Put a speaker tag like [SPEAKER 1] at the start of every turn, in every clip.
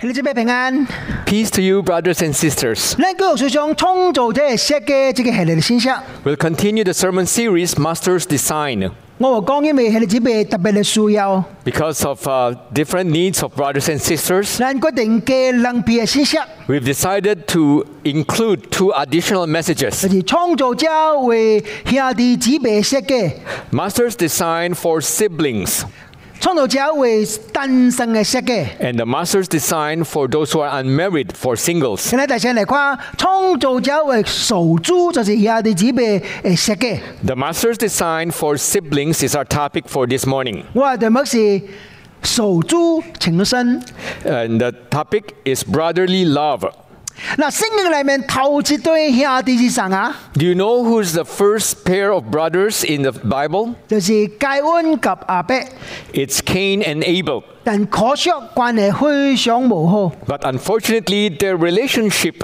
[SPEAKER 1] 你这边平安，
[SPEAKER 2] Peace to you, brothers and sisters.
[SPEAKER 1] 咱教育史上创造者设计这个系列嘅信息。
[SPEAKER 2] We'll continue the sermon series, Master's Design,
[SPEAKER 1] 我話講因為係你這邊特別嘅需要，
[SPEAKER 2] because of uh, different needs of brothers and sisters.
[SPEAKER 1] 咱決定嘅兩篇嘅信息，
[SPEAKER 2] We've decided to include two additional
[SPEAKER 1] 就
[SPEAKER 2] messages
[SPEAKER 1] 是創造者為兄弟姊妹設計，
[SPEAKER 2] Master's Design for siblings,
[SPEAKER 1] 創造者為單身嘅設計。
[SPEAKER 2] and the Master's Design for those who are unmarried, for singles.
[SPEAKER 1] 今日大家嚟看，創造者為受主，就是兄弟姊妹嘅設計。
[SPEAKER 2] The Master's Design for siblings is our topic for this morning.
[SPEAKER 1] 我嘅題目是受主情深。
[SPEAKER 2] And the topic is brotherly love.
[SPEAKER 1] 嗱，聖經裏面頭一對兄弟是啥啊？
[SPEAKER 2] Do you know who's the first pair of brothers in the Bible?
[SPEAKER 1] 就是戒恩及阿伯，
[SPEAKER 2] It's Cain and Abel.
[SPEAKER 1] 但可惜關係非常無好。
[SPEAKER 2] But unfortunately, their relationship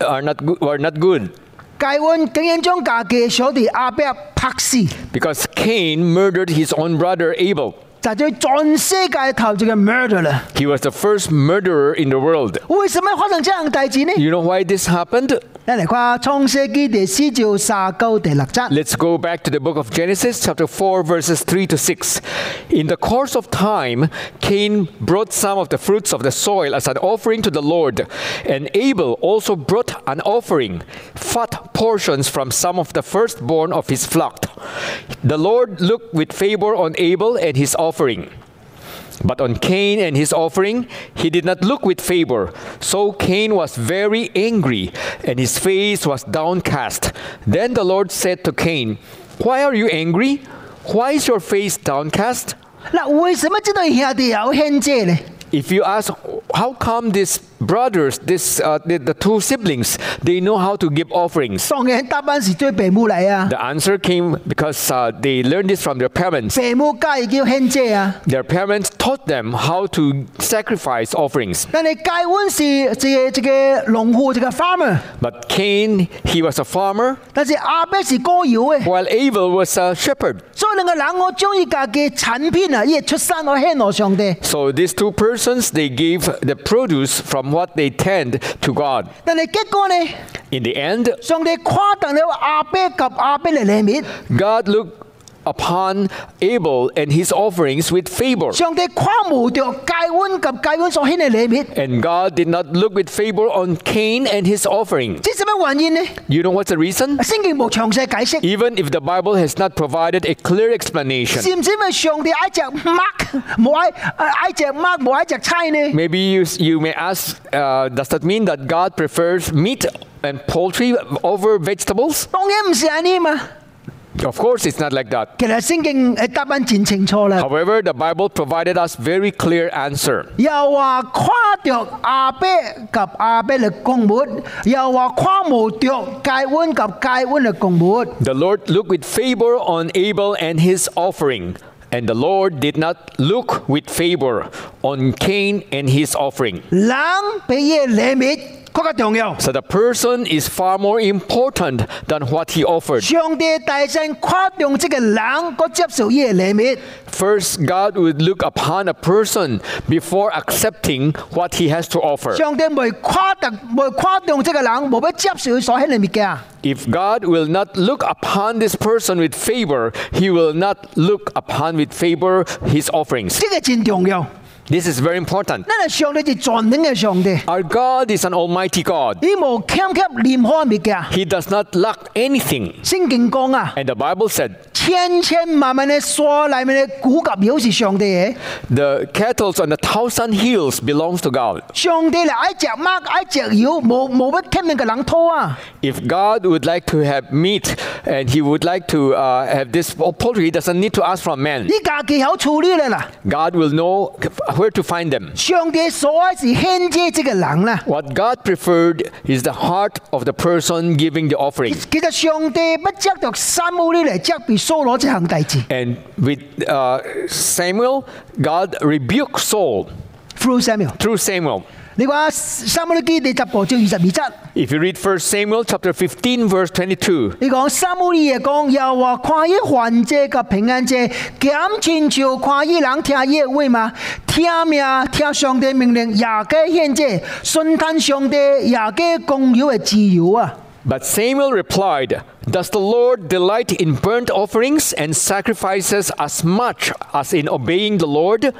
[SPEAKER 2] are not good, were not good
[SPEAKER 1] 戒恩竟然將家嘅小弟阿伯拍死，
[SPEAKER 2] because Cain murdered his own brother Abel.
[SPEAKER 1] 就係全世界頭一個 murder 啦。
[SPEAKER 2] He was the first murderer in the world.
[SPEAKER 1] 為什麼發生這樣大事呢？
[SPEAKER 2] You know why this happened?
[SPEAKER 1] 你嚟看《創世記》第四章三九第六節。
[SPEAKER 2] Let's go back to the book of Genesis, chapter 4, verses 3 to 6. In the course of time, Cain brought some of the fruits of the soil as an offering to the Lord, and Abel also brought an offering, fat portions from some of the firstborn of his flock. The Lord looked with favor on Abel and his offering. But on Cain and his offering, he did not look with favor. So Cain was very angry, and his face was downcast. Then the Lord said to Cain, Why are you angry? Why is your face downcast?
[SPEAKER 1] 嗱，為什麼這對兄弟有欠債呢？
[SPEAKER 2] If you ask, how come these brothers, this, uh, the, the two siblings, they know how to give offerings?
[SPEAKER 1] 當然答案是對父母嚟啊，
[SPEAKER 2] The answer came because uh, they learned this from their parents.
[SPEAKER 1] 父母家已經欠債啊。
[SPEAKER 2] Their parents taught them how to sacrifice offerings.
[SPEAKER 1] 但係戒恩是即係即係農户，即係 farmer，
[SPEAKER 2] But Cain, he was a farmer,
[SPEAKER 1] 但是阿伯是歌謠嘅，
[SPEAKER 2] while Abel was a shepherd.
[SPEAKER 1] 所以兩個人我將伊家嘅產品啊，伊嘅出山我獻我上帝。
[SPEAKER 2] So these two persons, they gave the produce from what they tend to God.
[SPEAKER 1] 但係結果呢？
[SPEAKER 2] In the end,
[SPEAKER 1] 上帝夸大了阿伯及阿伯嚟嚟面，
[SPEAKER 2] God looked upon Abel and his offerings with favor.
[SPEAKER 1] 上帝夸无着戒恩及戒恩所显嘅嚟面，
[SPEAKER 2] And God did not look with favor on Cain and his offering.
[SPEAKER 1] 这是咩原因呢？
[SPEAKER 2] You know what's the reason?
[SPEAKER 1] 聖經冇詳細解釋，
[SPEAKER 2] Even if the Bible has not provided a clear explanation,
[SPEAKER 1] 是唔是因為上帝愛隻 mark 冇愛呃愛隻 mark 冇愛隻差呢？
[SPEAKER 2] maybe you, you may ask uh, Does that mean that God prefers meat and poultry over vegetables?
[SPEAKER 1] 當然唔是係呢嘛。
[SPEAKER 2] Of course, it's not like that.
[SPEAKER 1] 其實聖經嘅答案前清楚啦，
[SPEAKER 2] However, the Bible provided us very clear answer.
[SPEAKER 1] 又話夸着阿伯及阿伯嘅供物，又話夸無着戒恩及戒恩嘅供物。
[SPEAKER 2] The Lord looked with favor on Abel and his offering, and the Lord did not look with favor on Cain and his offering.
[SPEAKER 1] 人比嘢嚟面更加重要。
[SPEAKER 2] So the person is far more important than what he offered.
[SPEAKER 1] 上帝大神夸重这个人，个接受伊嘅怜悯。
[SPEAKER 2] First, God would look upon a person before accepting what he has to offer.
[SPEAKER 1] 上帝未夸特，未夸重这个人，冇要接受佢所献嘅物件。
[SPEAKER 2] If God will not look upon this person with favor, he will not look upon with favor his offerings.
[SPEAKER 1] 这个真重要。
[SPEAKER 2] This is very important.
[SPEAKER 1] 咱系上帝是全能嘅上帝，
[SPEAKER 2] Our God is an almighty God.
[SPEAKER 1] 伊无欠缺任何物件。
[SPEAKER 2] He does not lack anything.
[SPEAKER 1] 圣经讲啊，
[SPEAKER 2] And the Bible said,
[SPEAKER 1] 千千万万嘅山里面嘅古及表是上帝嘅。
[SPEAKER 2] the cattle on the thousand hills belongs to God.
[SPEAKER 1] 上帝嚟爱只马，爱只妖，冇冇要欠人嘅人拖啊！
[SPEAKER 2] If God would like to have meat and he would like to uh, have this poultry, he doesn't need to ask from man.
[SPEAKER 1] 呢家技巧处理啦啦。
[SPEAKER 2] God will know where to find them.
[SPEAKER 1] 上帝所爱是献祭这个人啦。
[SPEAKER 2] What God preferred is the heart of the person giving the offering.
[SPEAKER 1] 其實上帝不責着三母呢嚟責備掃羅這項大事
[SPEAKER 2] And with uh, Samuel, God rebuked Saul
[SPEAKER 1] ，through Samuel。
[SPEAKER 2] through Samuel.
[SPEAKER 1] 但你話撒母耳記第十部章二十二節，
[SPEAKER 2] If you read 1 Samuel chapter 15 verse 22,
[SPEAKER 1] 你講撒母耳講又話看伊患者及平安者，減親像看伊人聽伊嘅話嘛，聽命聽上帝命令，也該獻祭，順吞上帝，也該供養嘅自由啊！
[SPEAKER 2] but Samuel replied, Does the Lord delight in burnt offerings and sacrifices as much as in obeying the Lord?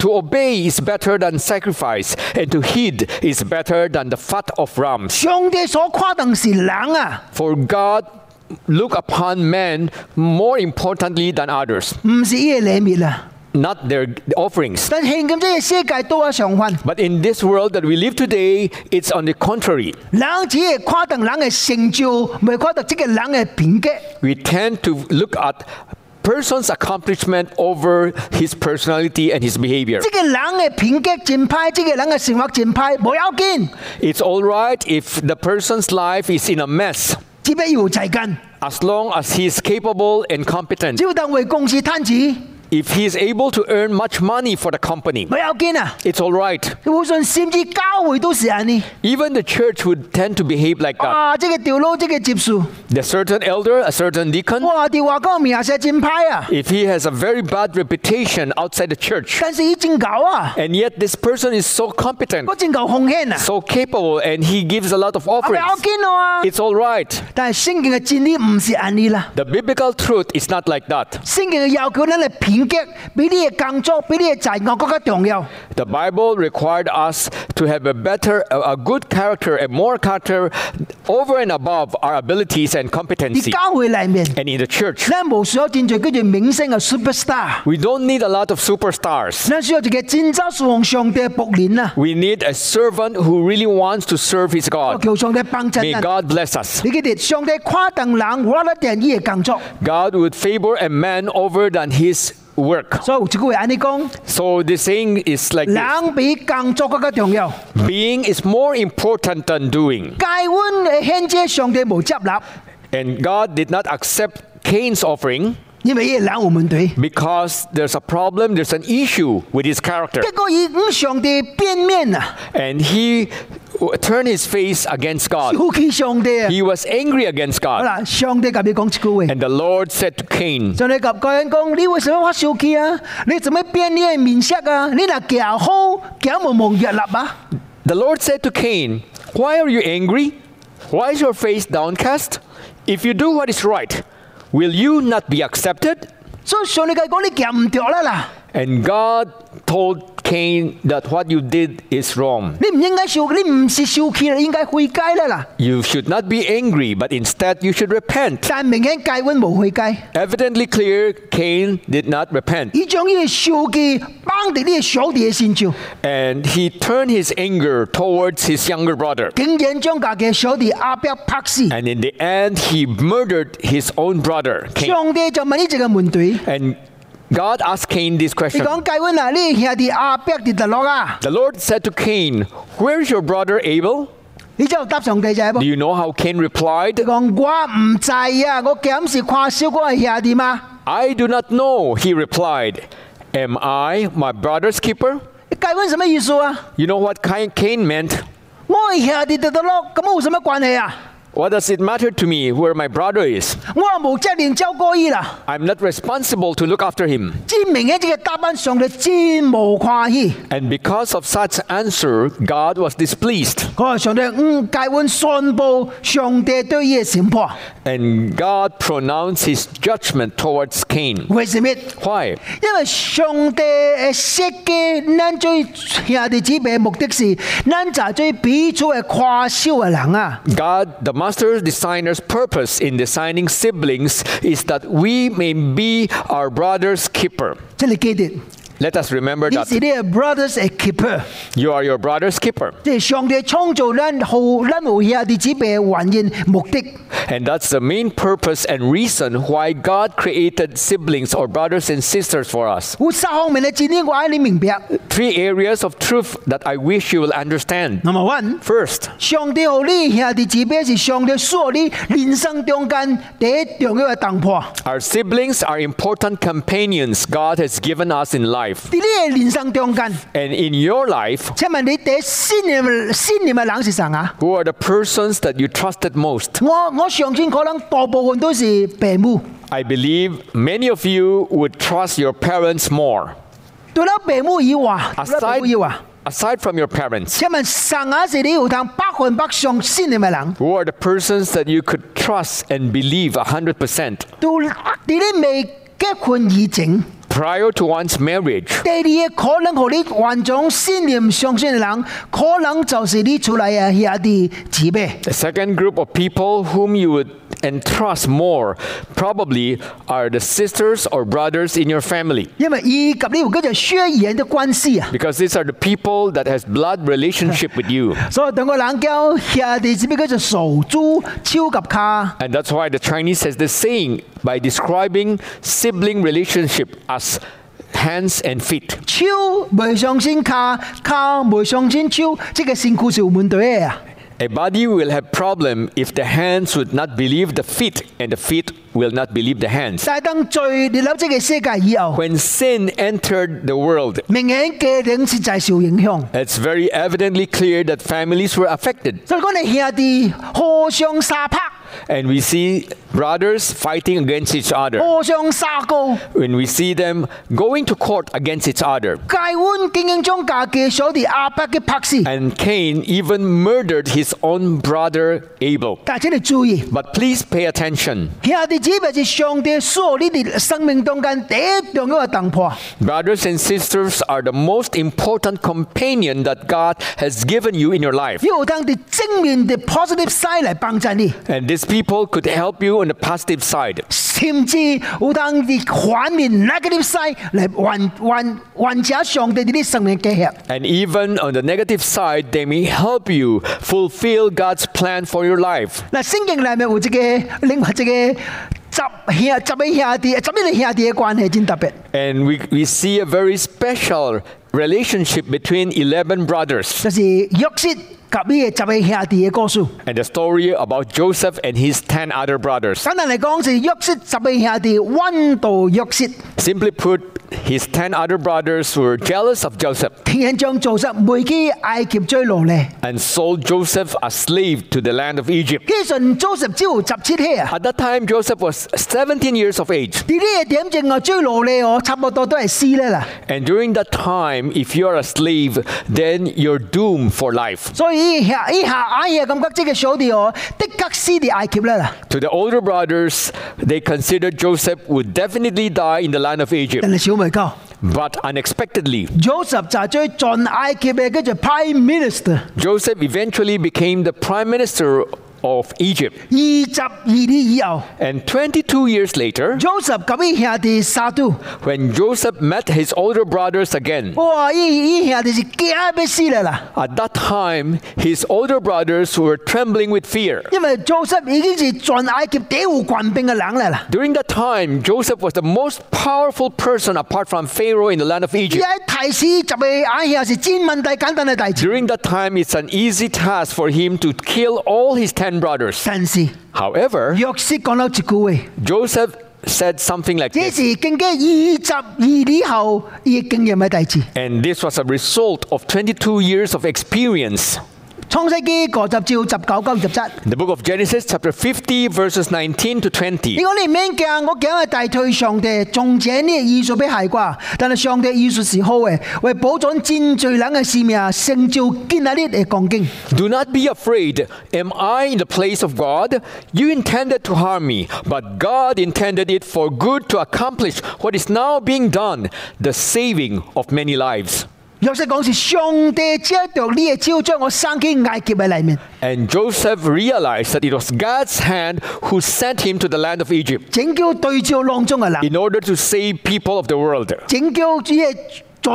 [SPEAKER 2] To obey is better than sacrifice, and to heed is better than the fat of rams.
[SPEAKER 1] 上帝所誇定是人啊，
[SPEAKER 2] For God look upon man more importantly than others,
[SPEAKER 1] 唔是伊嘅禮物啊！
[SPEAKER 2] not their offerings.
[SPEAKER 1] 但現今即係世界多啊常患，
[SPEAKER 2] But in this world that we live today, it's on the contrary.
[SPEAKER 1] 人只係誇定人嘅成就，未誇到即個人嘅品格。
[SPEAKER 2] we tend to look at person's accomplishment over his personality and his behavior
[SPEAKER 1] 即個人嘅品格真歹，即個人嘅生活真歹，冇要緊，
[SPEAKER 2] it's all right if the person's life is in a mess
[SPEAKER 1] 只不要齊緊，
[SPEAKER 2] as long as he is capable and competent
[SPEAKER 1] 只要當為公司攤子，
[SPEAKER 2] if he is able to earn much money for the company
[SPEAKER 1] 冇要緊啊！
[SPEAKER 2] it's all right
[SPEAKER 1] 我信甚至教會都是安尼。
[SPEAKER 2] even the church would tend to behave like that
[SPEAKER 1] 啊！即個掉佬，即個接受，
[SPEAKER 2] the certain elder a certain deacon
[SPEAKER 1] 哇！啲話講名聲真歹啊，
[SPEAKER 2] if he has a very bad reputation outside the church
[SPEAKER 1] 但是伊真夠啊，
[SPEAKER 2] and yet this person is so competent
[SPEAKER 1] 我真夠奉獻啊，
[SPEAKER 2] so capable and he gives a lot
[SPEAKER 1] 啊，
[SPEAKER 2] of
[SPEAKER 1] 冇要
[SPEAKER 2] offerings
[SPEAKER 1] 緊啊！
[SPEAKER 2] it's all right
[SPEAKER 1] 但係聖經嘅真理唔是安尼啦。
[SPEAKER 2] The biblical truth is not like that.
[SPEAKER 1] 圣经嘅要求，咱嘅品格比你嘅工作、比你嘅才能更加重要。
[SPEAKER 2] The Bible required us to have a better, a, a good character, a more character over and above our abilities and
[SPEAKER 1] 喺
[SPEAKER 2] competency.
[SPEAKER 1] 教會裏面，
[SPEAKER 2] And in the church,
[SPEAKER 1] 咱無需要真濟叫做明星嘅 superstar，
[SPEAKER 2] we don't need a lot of superstars.
[SPEAKER 1] 咱需要一個真正侍奉上帝嘅僕人啊！
[SPEAKER 2] We need a servant who really wants to serve his
[SPEAKER 1] 我
[SPEAKER 2] God.
[SPEAKER 1] 求上帝幫助
[SPEAKER 2] May
[SPEAKER 1] 咱。
[SPEAKER 2] God bless us.
[SPEAKER 1] 你記得上帝誇定人，我得定伊嘅工作。
[SPEAKER 2] God would favor a man over than his work.
[SPEAKER 1] 所以有一句話安尼講：
[SPEAKER 2] So the saying is like this,
[SPEAKER 1] 人比工作更加重要。
[SPEAKER 2] being is more important than doing.
[SPEAKER 1] 戒恩嘅獻祭，上帝無接納，
[SPEAKER 2] And God did not accept Cain's offering.
[SPEAKER 1] 因為伊嘅人有問題。
[SPEAKER 2] because there's a problem, there's an issue with his character.
[SPEAKER 1] 結果伊與上帝變面啊，
[SPEAKER 2] And he w- turned his face against God.
[SPEAKER 1] 好氣上帝啊！
[SPEAKER 2] He was angry against
[SPEAKER 1] 好
[SPEAKER 2] God.
[SPEAKER 1] 啦，上帝甲你講一句話。
[SPEAKER 2] And the Lord said to Cain,
[SPEAKER 1] 上帝甲高人讲：你为什么发生气啊？你怎么变你的面色啊？你若行好，行无望越立啊！
[SPEAKER 2] The Lord said to Cain, Why are you angry? Why is your face downcast? If you do what is right, will you not be accepted?
[SPEAKER 1] 所以上帝甲讲：你行唔对啦啦，
[SPEAKER 2] And God told Cain that what you did is wrong.
[SPEAKER 1] 你唔應該受，你唔是受气啦，應該悔改啦啦。
[SPEAKER 2] You should not be angry, but instead you should repent.
[SPEAKER 1] 但明顯戒温無悔改，
[SPEAKER 2] Evidently clear, Cain did not repent.
[SPEAKER 1] 伊將伊嘅受气放伫你嘅小弟嘅身上，
[SPEAKER 2] And he turned his anger towards his younger brother.
[SPEAKER 1] 竟然將家己嘅小弟阿伯拍死。
[SPEAKER 2] And in the end, he murdered his own brother, Cain.
[SPEAKER 1] 上帝就問呢一個問題：
[SPEAKER 2] And God asked Cain this
[SPEAKER 1] 你
[SPEAKER 2] question
[SPEAKER 1] 講戒温啊，你嘅兄弟阿伯伫第落啊？
[SPEAKER 2] The Lord said to Cain, Where is your brother Abel?
[SPEAKER 1] 你就答上帝就係
[SPEAKER 2] Do
[SPEAKER 1] 噃。
[SPEAKER 2] you know how Cain replied?
[SPEAKER 1] 你講我唔知啊，我今是看小我嘅兄弟嘛。
[SPEAKER 2] I do not know, he replied. Am I my brother's keeper?
[SPEAKER 1] 戒温什麼意思啊？
[SPEAKER 2] You know what Cain Cain meant?
[SPEAKER 1] 我係兄弟得得咯，咁有什麼關係啊？
[SPEAKER 2] What does it matter to me where my brother is?
[SPEAKER 1] 我也冇責任照顧伊啦。
[SPEAKER 2] I'm not responsible to look after him.
[SPEAKER 1] 真明顯，這個答案上帝真無歡喜。
[SPEAKER 2] And because of such answer, God was displeased.
[SPEAKER 1] 我上帝嗯，戒温宣布上帝對伊嘅審判。
[SPEAKER 2] And God pronounced his judgment towards Cain.
[SPEAKER 1] 為什麼？
[SPEAKER 2] Why?
[SPEAKER 1] 因為上帝嘅設計，咱最兄弟姊妹嘅目的是，咱就最彼此嘅誇笑嘅人啊。
[SPEAKER 2] God, the master designer's purpose in designing siblings is that we may be our brother's keeper.
[SPEAKER 1] 即係你記得，
[SPEAKER 2] Let us remember
[SPEAKER 1] 你
[SPEAKER 2] that
[SPEAKER 1] 是你嘅 brothers 嘅 keeper。
[SPEAKER 2] you are your brother's keeper.
[SPEAKER 1] 即係上帝創造咱好，咱有兄弟姊妹嘅原因目的。
[SPEAKER 2] And that's the main purpose and reason why God created siblings or brothers and sisters for us.
[SPEAKER 1] 有三方面嘅真理，我爱你明白。
[SPEAKER 2] Three areas of truth that I wish you will understand.
[SPEAKER 1] Number one，
[SPEAKER 2] First,
[SPEAKER 1] 上帝互你兄弟姊妹是上帝所你人生中間第一重要嘅突破。
[SPEAKER 2] our siblings are important companions God has given us in life.
[SPEAKER 1] 喺你嘅人生中間，
[SPEAKER 2] And in your life,
[SPEAKER 1] 請問你第一信任嘅信任嘅人是誰啊？
[SPEAKER 2] who are the persons that you trusted most?
[SPEAKER 1] 我我相信可能大部分都是父母。
[SPEAKER 2] I believe many of you would trust your parents more.
[SPEAKER 1] 除了父母以外，
[SPEAKER 2] 啊
[SPEAKER 1] 除了父
[SPEAKER 2] Aside,
[SPEAKER 1] 母以外，
[SPEAKER 2] aside from your parents,
[SPEAKER 1] 請問誰啊是你有通百分百相信任嘅人？
[SPEAKER 2] who are the persons that you could trust and believe 100%?
[SPEAKER 1] 都喺你未結婚以前。
[SPEAKER 2] Prior to one's marriage,
[SPEAKER 1] 第二個可能互你完全信任相信嘅人，可能就是你出嚟嘅兄弟姊妹。
[SPEAKER 2] the second group of people whom you would entrust more probably are the sisters or brothers in your family.
[SPEAKER 1] 因為以及呢個叫做血緣的關係啊，
[SPEAKER 2] Because these are the people that has blood relationship with you.
[SPEAKER 1] 所以兩個人交兄弟姊妹叫做仇珠超及卡。
[SPEAKER 2] And that's why the Chinese has this saying by describing sibling relationship as hands and feet.
[SPEAKER 1] 超未相信卡，卡未相信超，即個身躯是有問題嘅啊！
[SPEAKER 2] A body will have problem if the hands would not believe the feet and the feet will not believe the hands.
[SPEAKER 1] 但係當罪入咗呢個世界以後，
[SPEAKER 2] When sin entered the world,
[SPEAKER 1] 明顯家庭實在受影響。
[SPEAKER 2] it's very evidently clear that families were affected.
[SPEAKER 1] 所以講你兄弟互相殺拍，
[SPEAKER 2] And we see brothers fighting against each other.
[SPEAKER 1] 互相殺告。
[SPEAKER 2] When we see them going to court against each other.
[SPEAKER 1] 戒碗經營中家嘅所啲阿伯嘅拍攝，
[SPEAKER 2] And Cain even murdered his own brother Abel.
[SPEAKER 1] 但請你注意，
[SPEAKER 2] But please pay attention.
[SPEAKER 1] 兄弟姊妹是上帝所你哋生命中間第一重要嘅突破。
[SPEAKER 2] Brothers and sisters are the most important companion that God has given you in your life.
[SPEAKER 1] 你有當啲正面嘅 positive side 嚟幫助你，
[SPEAKER 2] And these people could help you on the positive side.
[SPEAKER 1] 甚至有當啲反面 negative side 嚟完完完成上帝啲生命嘅計劃。
[SPEAKER 2] And even on the negative side, they may help you fulfill God's plan for your life.
[SPEAKER 1] 嗱，聖經裏面有一個另外一個十兄十個兄弟、十一個兄弟嘅關係真特別。
[SPEAKER 2] And we, we see a very special relationship between 11 brothers
[SPEAKER 1] 就是約瑟甲呢個十個兄弟嘅故事。
[SPEAKER 2] and the story about Joseph and his 10 other brothers.
[SPEAKER 1] 簡單嚟講，是約瑟十個兄弟温度約瑟，
[SPEAKER 2] Simply put, his 10 other brothers were jealous of Joseph
[SPEAKER 1] 天然將做實每己埃及追奴嚟。
[SPEAKER 2] and sold Joseph a slave to the land of Egypt.
[SPEAKER 1] 基順做十招十七起啊！
[SPEAKER 2] At that time, Joseph was 17 years of age.
[SPEAKER 1] 呢啲嘢點正我追奴咧，我差不多都係死啦啦。
[SPEAKER 2] And during that time, if you're a slave, then you're doomed for life.
[SPEAKER 1] 所以下以下阿爺感覺即個小弟哦，的確死啲埃及啦啦。
[SPEAKER 2] To the older brothers, they considered Joseph would definitely die in the land of
[SPEAKER 1] 但
[SPEAKER 2] Egypt.
[SPEAKER 1] 係小妹講
[SPEAKER 2] But unexpectedly,
[SPEAKER 1] ，Joseph 就係最盡埃及嘅叫做 Prime Minister，
[SPEAKER 2] Joseph eventually became the prime minister of Egypt.
[SPEAKER 1] 二十二年以後
[SPEAKER 2] And 22 years later,
[SPEAKER 1] ，Joseph 甲啲兄弟殺到。
[SPEAKER 2] when Joseph met his older brothers again,
[SPEAKER 1] 哇！伊伊兄弟是驚要死啦啦，
[SPEAKER 2] At that time, his older brothers were trembling with fear.
[SPEAKER 1] 因為 Joseph 已經是全埃及第一户軍兵嘅人嚟啦。
[SPEAKER 2] During that time, Joseph was the most powerful person apart from Pharaoh in the land of
[SPEAKER 1] 而
[SPEAKER 2] Egypt.
[SPEAKER 1] 喺提示就係阿兄是戰問題簡單嘅大事，
[SPEAKER 2] During that time, it's an easy task for him to kill all his ten brothers.
[SPEAKER 1] 但是
[SPEAKER 2] However,
[SPEAKER 1] 約瑟講到一句話，
[SPEAKER 2] Joseph said something like
[SPEAKER 1] 這
[SPEAKER 2] this,
[SPEAKER 1] 是經過二十二年後伊經驗嘅大事。
[SPEAKER 2] and this was a result of 22 years of experience.
[SPEAKER 1] 創世記嗰十照十九九二十七，呢
[SPEAKER 2] In the book of Genesis, chapter 50, verses 19 to 20.
[SPEAKER 1] 個你唔免驚，我驚係大退上帝，從者呢藝術俾害啩，但係上帝藝術是好嘅，為保障戰罪人嘅使命，成就建立呢嘅光景。
[SPEAKER 2] Do not be afraid. Am I in the place of God? You intended to harm me, but God intended it for good to accomplish what is now being done the saving of many lives.
[SPEAKER 1] 若瑟講是上帝借着呢個招將我生喺埃及嘅裏面，
[SPEAKER 2] And Joseph realized that it was God's hand who sent him to the land of Egypt
[SPEAKER 1] 拯救對照浪中嘅人，
[SPEAKER 2] in order to save people of the world.
[SPEAKER 1] 拯救呢個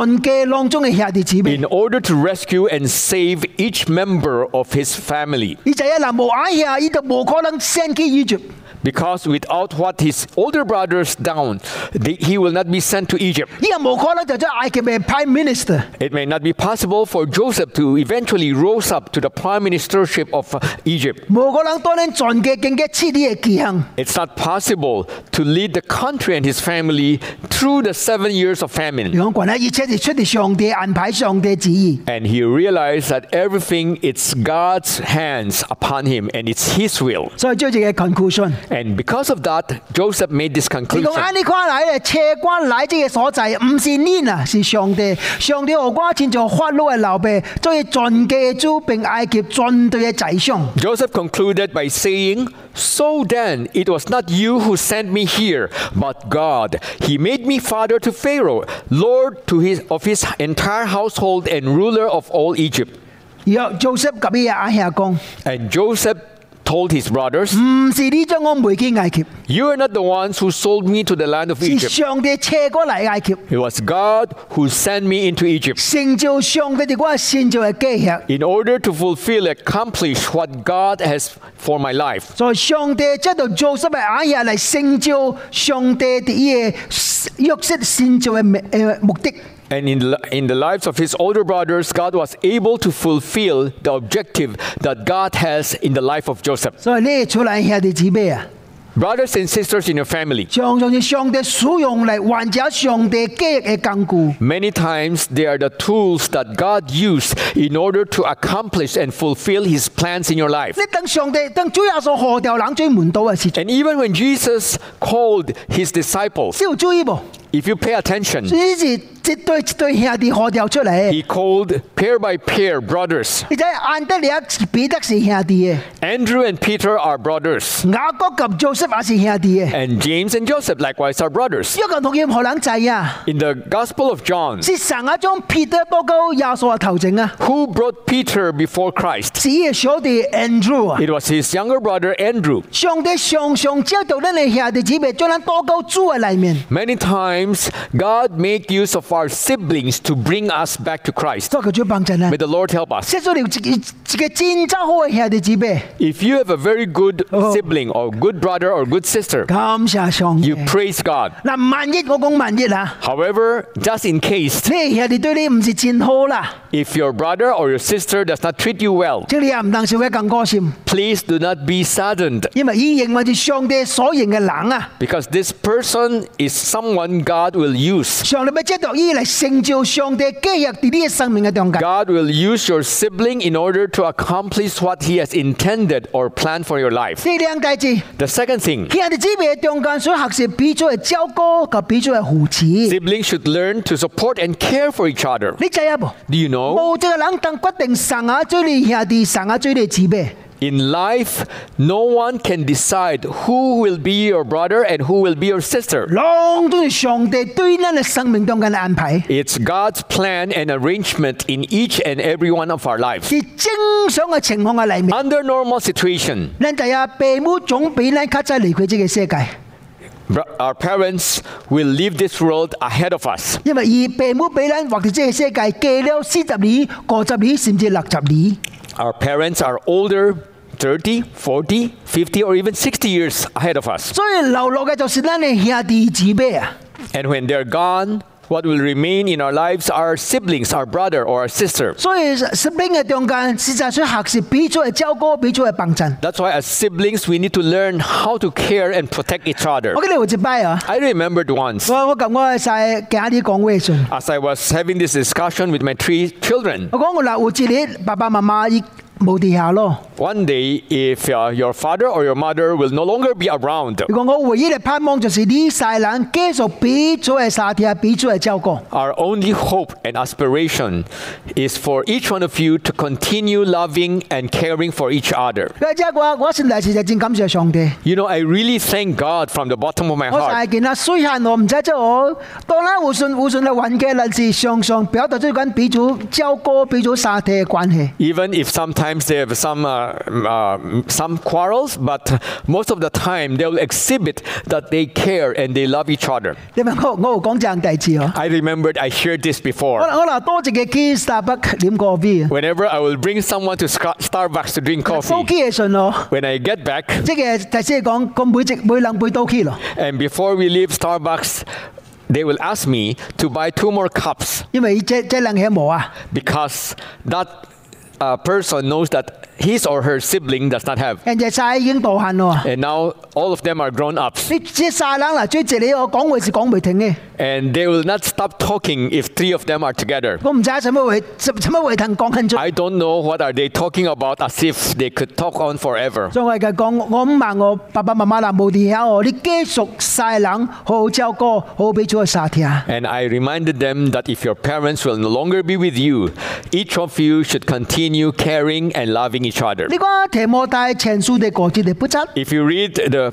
[SPEAKER 1] 全家當中嘅兄弟姊妹。
[SPEAKER 2] in order to rescue and save each member of his family.
[SPEAKER 1] 伊就一人無矮兄，伊就無可能 send 去 Egypt。
[SPEAKER 2] Because without what his older brothers down, the, he will not be sent to Egypt.
[SPEAKER 1] 伊又無可能就做埃及嘅 Prime Minister。
[SPEAKER 2] It may not be possible for Joseph to eventually rose up to the prime ministership of uh, Egypt.
[SPEAKER 1] 無可能當然全家更加徹底嘅記行。
[SPEAKER 2] It's not possible to lead the country and his family through the seven years of famine.
[SPEAKER 1] 兩個人咧，而且是出自上帝安排、上帝旨意。
[SPEAKER 2] And he realized that everything it's God's hands upon him and it's his will.
[SPEAKER 1] 所以做一個 conclusion。
[SPEAKER 2] And because of that, Joseph made this
[SPEAKER 1] 你
[SPEAKER 2] conclusion.
[SPEAKER 1] 講安尼看嚟咧，車關乃即嘅所在，唔是恁啊，是上帝。上帝何我遷就法老嘅流弊，作為全家嘅主並埃及全隊嘅宰相。
[SPEAKER 2] Joseph concluded by saying, So then, it was not you who sent me here, but God. He made me father to Pharaoh, lord to his, of his entire household, and ruler of all Egypt.
[SPEAKER 1] 若 Joseph 及伊嘅阿兄講，
[SPEAKER 2] And Joseph told his brothers,
[SPEAKER 1] 唔是你將我賣去埃及，
[SPEAKER 2] You are not the ones who sold me to the land of
[SPEAKER 1] 是
[SPEAKER 2] Egypt.
[SPEAKER 1] 上帝車過嚟埃及，
[SPEAKER 2] It was God who sent me into Egypt.
[SPEAKER 1] 成就上帝對我成就嘅計劃。
[SPEAKER 2] In order to fulfill, accomplish what God has for my life.
[SPEAKER 1] 在上帝即度 Joseph 嘅阿兄嚟啊成就上帝對伊嘅約瑟成就嘅誒呃目的。
[SPEAKER 2] And in, li- in the lives of his older brothers, God was able to fulfill the objective that God has in the life of Joseph.
[SPEAKER 1] 所以呢，出嚟兄弟姊妹啊！
[SPEAKER 2] Brothers and sisters in your family,
[SPEAKER 1] 常常是上帝使用嚟患者上帝基嘅工具。
[SPEAKER 2] many times they are the tools that God used in order to accomplish and fulfill his plans in your life.
[SPEAKER 1] 你等上帝等主耶穌何掉冷追門道嘅時，
[SPEAKER 2] And even when Jesus called his disciples,
[SPEAKER 1] 先要注意噃，
[SPEAKER 2] if you pay attention,
[SPEAKER 1] 呢是絕對絕對兄弟何掉出嚟。
[SPEAKER 2] he called pair by pair brothers.
[SPEAKER 1] 而且安德烈啊彼得是兄弟嘅，
[SPEAKER 2] Andrew and Peter are brothers,
[SPEAKER 1] 雅各及 Joseph 也是兄弟嘅。
[SPEAKER 2] and James and Joseph likewise are brothers.
[SPEAKER 1] 一個同佢何冷仔啊？
[SPEAKER 2] In the Gospel of John,
[SPEAKER 1] 是神啊將彼得多高耶穌嘅頭像啊，
[SPEAKER 2] Who brought Peter before Christ?
[SPEAKER 1] 是佢嘅小弟 Andrew 啊。
[SPEAKER 2] It was his younger brother Andrew.
[SPEAKER 1] 上帝常常教導咱嘅兄弟姊妹，將咱多高主嘅裏面，
[SPEAKER 2] Many times, God make use of our siblings to bring us back to Christ.
[SPEAKER 1] 所以佢主幫襯啊
[SPEAKER 2] May。the Lord help us.
[SPEAKER 1] 識咗你自己自己戰爭好嘅兄弟姊妹，
[SPEAKER 2] If you have a very good
[SPEAKER 1] Oh.
[SPEAKER 2] sibling or good brother or good sister,
[SPEAKER 1] 感謝上帝
[SPEAKER 2] you。praise God.
[SPEAKER 1] 嗱，萬一我講萬一啊，
[SPEAKER 2] However, just in case,
[SPEAKER 1] 你嘅兄弟對你唔是戰好啦，
[SPEAKER 2] if your brother or your sister does not treat you well,
[SPEAKER 1] 即係你也唔能少一更高心，
[SPEAKER 2] please do not be saddened
[SPEAKER 1] 因為伊認為是上帝所認嘅人啊，
[SPEAKER 2] because this person is someone God will use.
[SPEAKER 1] 上帝咪即度伊嚟成就上帝基日喺呢嘅生命嘅中間。
[SPEAKER 2] God will use your sibling in order to accomplish what He has intended or planned for your life.
[SPEAKER 1] 呢兩大字，
[SPEAKER 2] The second thing,
[SPEAKER 1] 兄弟姊妹嘅中間所學習彼此嘅交歌及彼此嘅扶持。你
[SPEAKER 2] siblings should learn to support and care for each other.
[SPEAKER 1] 知啊無？
[SPEAKER 2] Do you know?
[SPEAKER 1] 冇即個人當決定神啊追你兄弟，神啊追你姊妹。
[SPEAKER 2] In life, no one can decide who will be your brother and who will be your sister.
[SPEAKER 1] 當中係上帝對咱嘅生命中間嘅安排。
[SPEAKER 2] It's God's plan and arrangement in each and every one of our lives.
[SPEAKER 1] 是正常嘅情況嘅裏面，
[SPEAKER 2] Under normal situation,
[SPEAKER 1] 咱就啊，父母總比咱較早離開呢個世界，
[SPEAKER 2] br- our parents will leave this world ahead of us.
[SPEAKER 1] 因為而父母比咱活喺呢個世界過了四十年、五十年甚至六十年，
[SPEAKER 2] Our parents are older, 30, 40, 50, or even 60 years ahead of us.
[SPEAKER 1] 所以流落嘅就是咱嘅兄弟姊妹啊。
[SPEAKER 2] And when they're gone, what will remain in our lives are our siblings, our brother or our sister.
[SPEAKER 1] 所以生命嘅中間，事實上學習彼此嘅照顧，彼此嘅幫襯。
[SPEAKER 2] That's why, as siblings, we need to learn how to care and protect each other.
[SPEAKER 1] 我記得有一擺啊，
[SPEAKER 2] I remembered once,
[SPEAKER 1] 我我咁我係晒家啲講話嘅時候，
[SPEAKER 2] as I was having this discussion with my three children,
[SPEAKER 1] 我講我嗱，有一日爸爸媽媽伊冇地下咯，
[SPEAKER 2] one day, if uh, your father or your mother will no longer be around,
[SPEAKER 1] 如果我唯一嘅盼望就是呢世人繼續彼此嘅沙田，彼此嘅照顧。
[SPEAKER 2] our only hope and aspiration is for each one of you to continue loving and caring for each other.
[SPEAKER 1] 佢即係話，我先嚟時就真感謝上帝。
[SPEAKER 2] You know, I really thank God from the bottom of my
[SPEAKER 1] 我
[SPEAKER 2] heart
[SPEAKER 1] 成日見啊，雖然我唔知即我，當然互信互信係運嘅，但是常常表達咗緊彼此交歌、彼此沙地嘅關係。
[SPEAKER 2] even if sometimes Sometimes they have some, uh, uh, some quarrels, but most of the time they will exhibit that they care and they love each other.
[SPEAKER 1] 你問我，我有講這樣代志哦。
[SPEAKER 2] I remembered I heard this
[SPEAKER 1] 我
[SPEAKER 2] before.
[SPEAKER 1] 我嗱多謝嘅 K Starbucks 飲過 V 啊，
[SPEAKER 2] Whenever I will bring someone to Scar- Starbucks to drink
[SPEAKER 1] 高
[SPEAKER 2] coffee,
[SPEAKER 1] K 嘅信咯。
[SPEAKER 2] when I get back,
[SPEAKER 1] 即係頭先講個每隻每兩杯都 K 咯，
[SPEAKER 2] and before we leave Starbucks, they will ask me to buy two more cups
[SPEAKER 1] 因為這這兩嘢冇啊。
[SPEAKER 2] because that uh, person knows that his or her sibling does not have.
[SPEAKER 1] 人哋晒已經道行咯。
[SPEAKER 2] And now all of them are grown ups,
[SPEAKER 1] 你知晒冷嗱，追住你我講話是講唔停嘅，
[SPEAKER 2] and they will not stop talking if three of them are together.
[SPEAKER 1] 我唔知啊使乜為使使乜為騰講緊出。
[SPEAKER 2] I don't know what are they talking about as if they could talk on forever.
[SPEAKER 1] 所以我嘅講，我唔問我爸爸媽媽啦，冇地下我，哦你繼續晒冷，好照歌，好俾咗沙聽。
[SPEAKER 2] And I reminded them that if your parents will no longer be with you, each of you should continue caring and loving each other.
[SPEAKER 1] 你講提摩太前書第五節第八節，
[SPEAKER 2] If you read the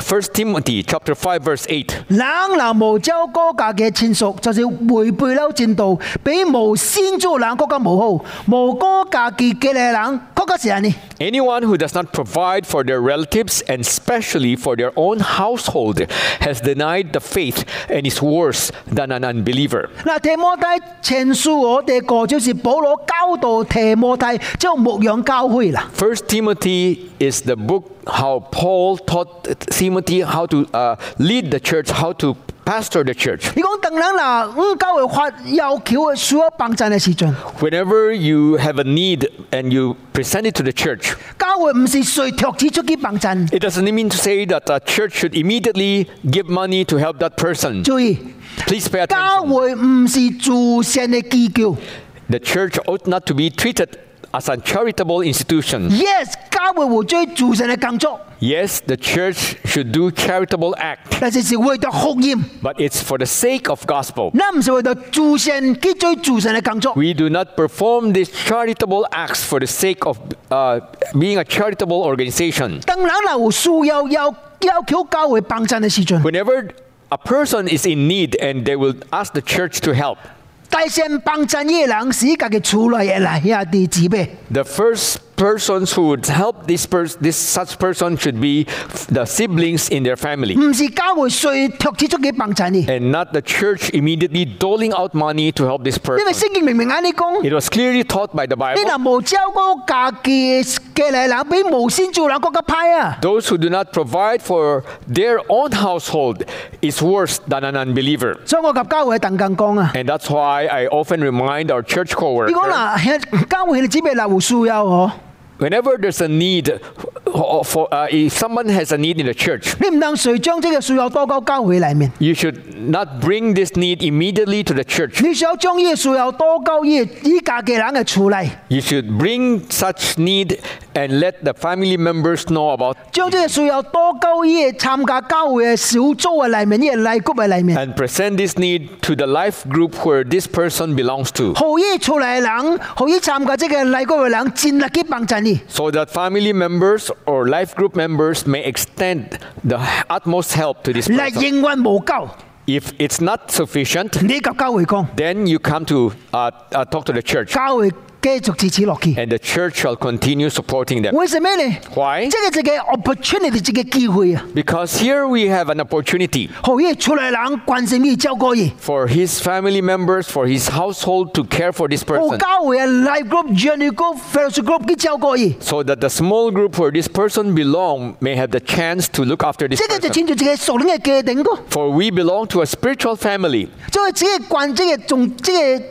[SPEAKER 2] First Timothy chapter 5 verse 8,
[SPEAKER 1] 冷男無照歌家嘅親屬，就是違背了正道，比無先祖冷更加無好，無歌家嘅嘅冷更加是啊人呢。
[SPEAKER 2] anyone who does not provide for their relatives and especially for their own household has denied the faith and is worse than an unbeliever.
[SPEAKER 1] 嗱，提摩太前書我哋個就是保羅教導提摩太，將牧養教會啦。
[SPEAKER 2] First Timothy is the book how Paul taught Timothy how to uh, lead the church, how to pastor the church.
[SPEAKER 1] 你講鄧冷嗱，五嗯教會發有橋嘅需要幫襯嘅時陣，
[SPEAKER 2] Whenever you have a need and you present it to the church,
[SPEAKER 1] 教會唔是隨托子出去幫襯。
[SPEAKER 2] it doesn't mean to say that a church should immediately give money to help that person.
[SPEAKER 1] 注意，
[SPEAKER 2] Please pay
[SPEAKER 1] 教
[SPEAKER 2] attention.
[SPEAKER 1] 會唔是慈善嘅機構。
[SPEAKER 2] The church ought not to be treated as a charitable institution.
[SPEAKER 1] Yes，教會會追慈善嘅工作，
[SPEAKER 2] Yes, the church should do charitable act,
[SPEAKER 1] 但是是為咗福音，
[SPEAKER 2] but it's for the sake of gospel.
[SPEAKER 1] 那唔是為咗慈善去追慈善嘅工作。
[SPEAKER 2] We do not perform these charitable acts for the sake of uh, being a charitable organization.
[SPEAKER 1] 鄧冷嗱，有需要有要求教會幫襯嘅時陣，
[SPEAKER 2] Whenever a person is in need and they will ask the church to help,
[SPEAKER 1] 大聲幫襯嘅人是家嘅處女嘅嚟，也地址唄。
[SPEAKER 2] The first persons who would help this person, this such person, should be the siblings in their family,
[SPEAKER 1] 唔是教會隨托子出去幫襯嘅，
[SPEAKER 2] and not the church immediately doling out money to help this
[SPEAKER 1] 因為
[SPEAKER 2] person.
[SPEAKER 1] 聖經明明啱你講。
[SPEAKER 2] It was clearly taught by the
[SPEAKER 1] 你
[SPEAKER 2] Bible.
[SPEAKER 1] 嗱無招嗰個價嘅嘅嚟冷俾無先做冷國嘅派啊！
[SPEAKER 2] Those who do not provide for their own household is worse than an unbeliever,
[SPEAKER 1] 所以我及教會鄧更講啊，
[SPEAKER 2] and that's why I often remind our church
[SPEAKER 1] 如果
[SPEAKER 2] coworkers
[SPEAKER 1] 嗱喺教會你只俾嗱胡需要哦，
[SPEAKER 2] whenever there's a need for uh, if someone has a need in the church.
[SPEAKER 1] 你唔能隨將呢個需要多交教會裡面，
[SPEAKER 2] You should not bring this need immediately to the church.
[SPEAKER 1] 你想將呢個需要多交呢依家嘅人嘅處理，
[SPEAKER 2] You should bring such need and let the family members know about
[SPEAKER 1] 將呢個需要多交呢個參加教會嘅小組嘅裡面，呢個禮谷嘅裡面，
[SPEAKER 2] and present this need to the life group where this person belongs to
[SPEAKER 1] 好呢處理嘅人，好呢參加即個禮谷嘅人，戰力嘅幫襯你。
[SPEAKER 2] so that family members or life group members may extend the utmost help to this
[SPEAKER 1] 嚟
[SPEAKER 2] person.
[SPEAKER 1] 應運無咎，
[SPEAKER 2] If it's not sufficient,
[SPEAKER 1] 你及教會講，
[SPEAKER 2] then you come to uh, uh, talk to the church
[SPEAKER 1] 教會繼續自此落去。
[SPEAKER 2] and the church shall continue supporting them.
[SPEAKER 1] 為什麼呢？
[SPEAKER 2] Why?
[SPEAKER 1] 这个这个 opportunity 这个机会啊，
[SPEAKER 2] Because here we have an opportunity
[SPEAKER 1] 好嘢出嚟人關心呢照顧嘢，
[SPEAKER 2] for his family members, for his household to care for this
[SPEAKER 1] 好
[SPEAKER 2] person.
[SPEAKER 1] 教會啊 life group、journey group、fellowship group 嘅照顧嘢，
[SPEAKER 2] so that the small group where this person belong may have the chance to look after this
[SPEAKER 1] 这個就
[SPEAKER 2] person.
[SPEAKER 1] 牽住自己屬靈嘅家庭個，
[SPEAKER 2] For we belong to a spiritual family,
[SPEAKER 1] 所以自己關即係仲即係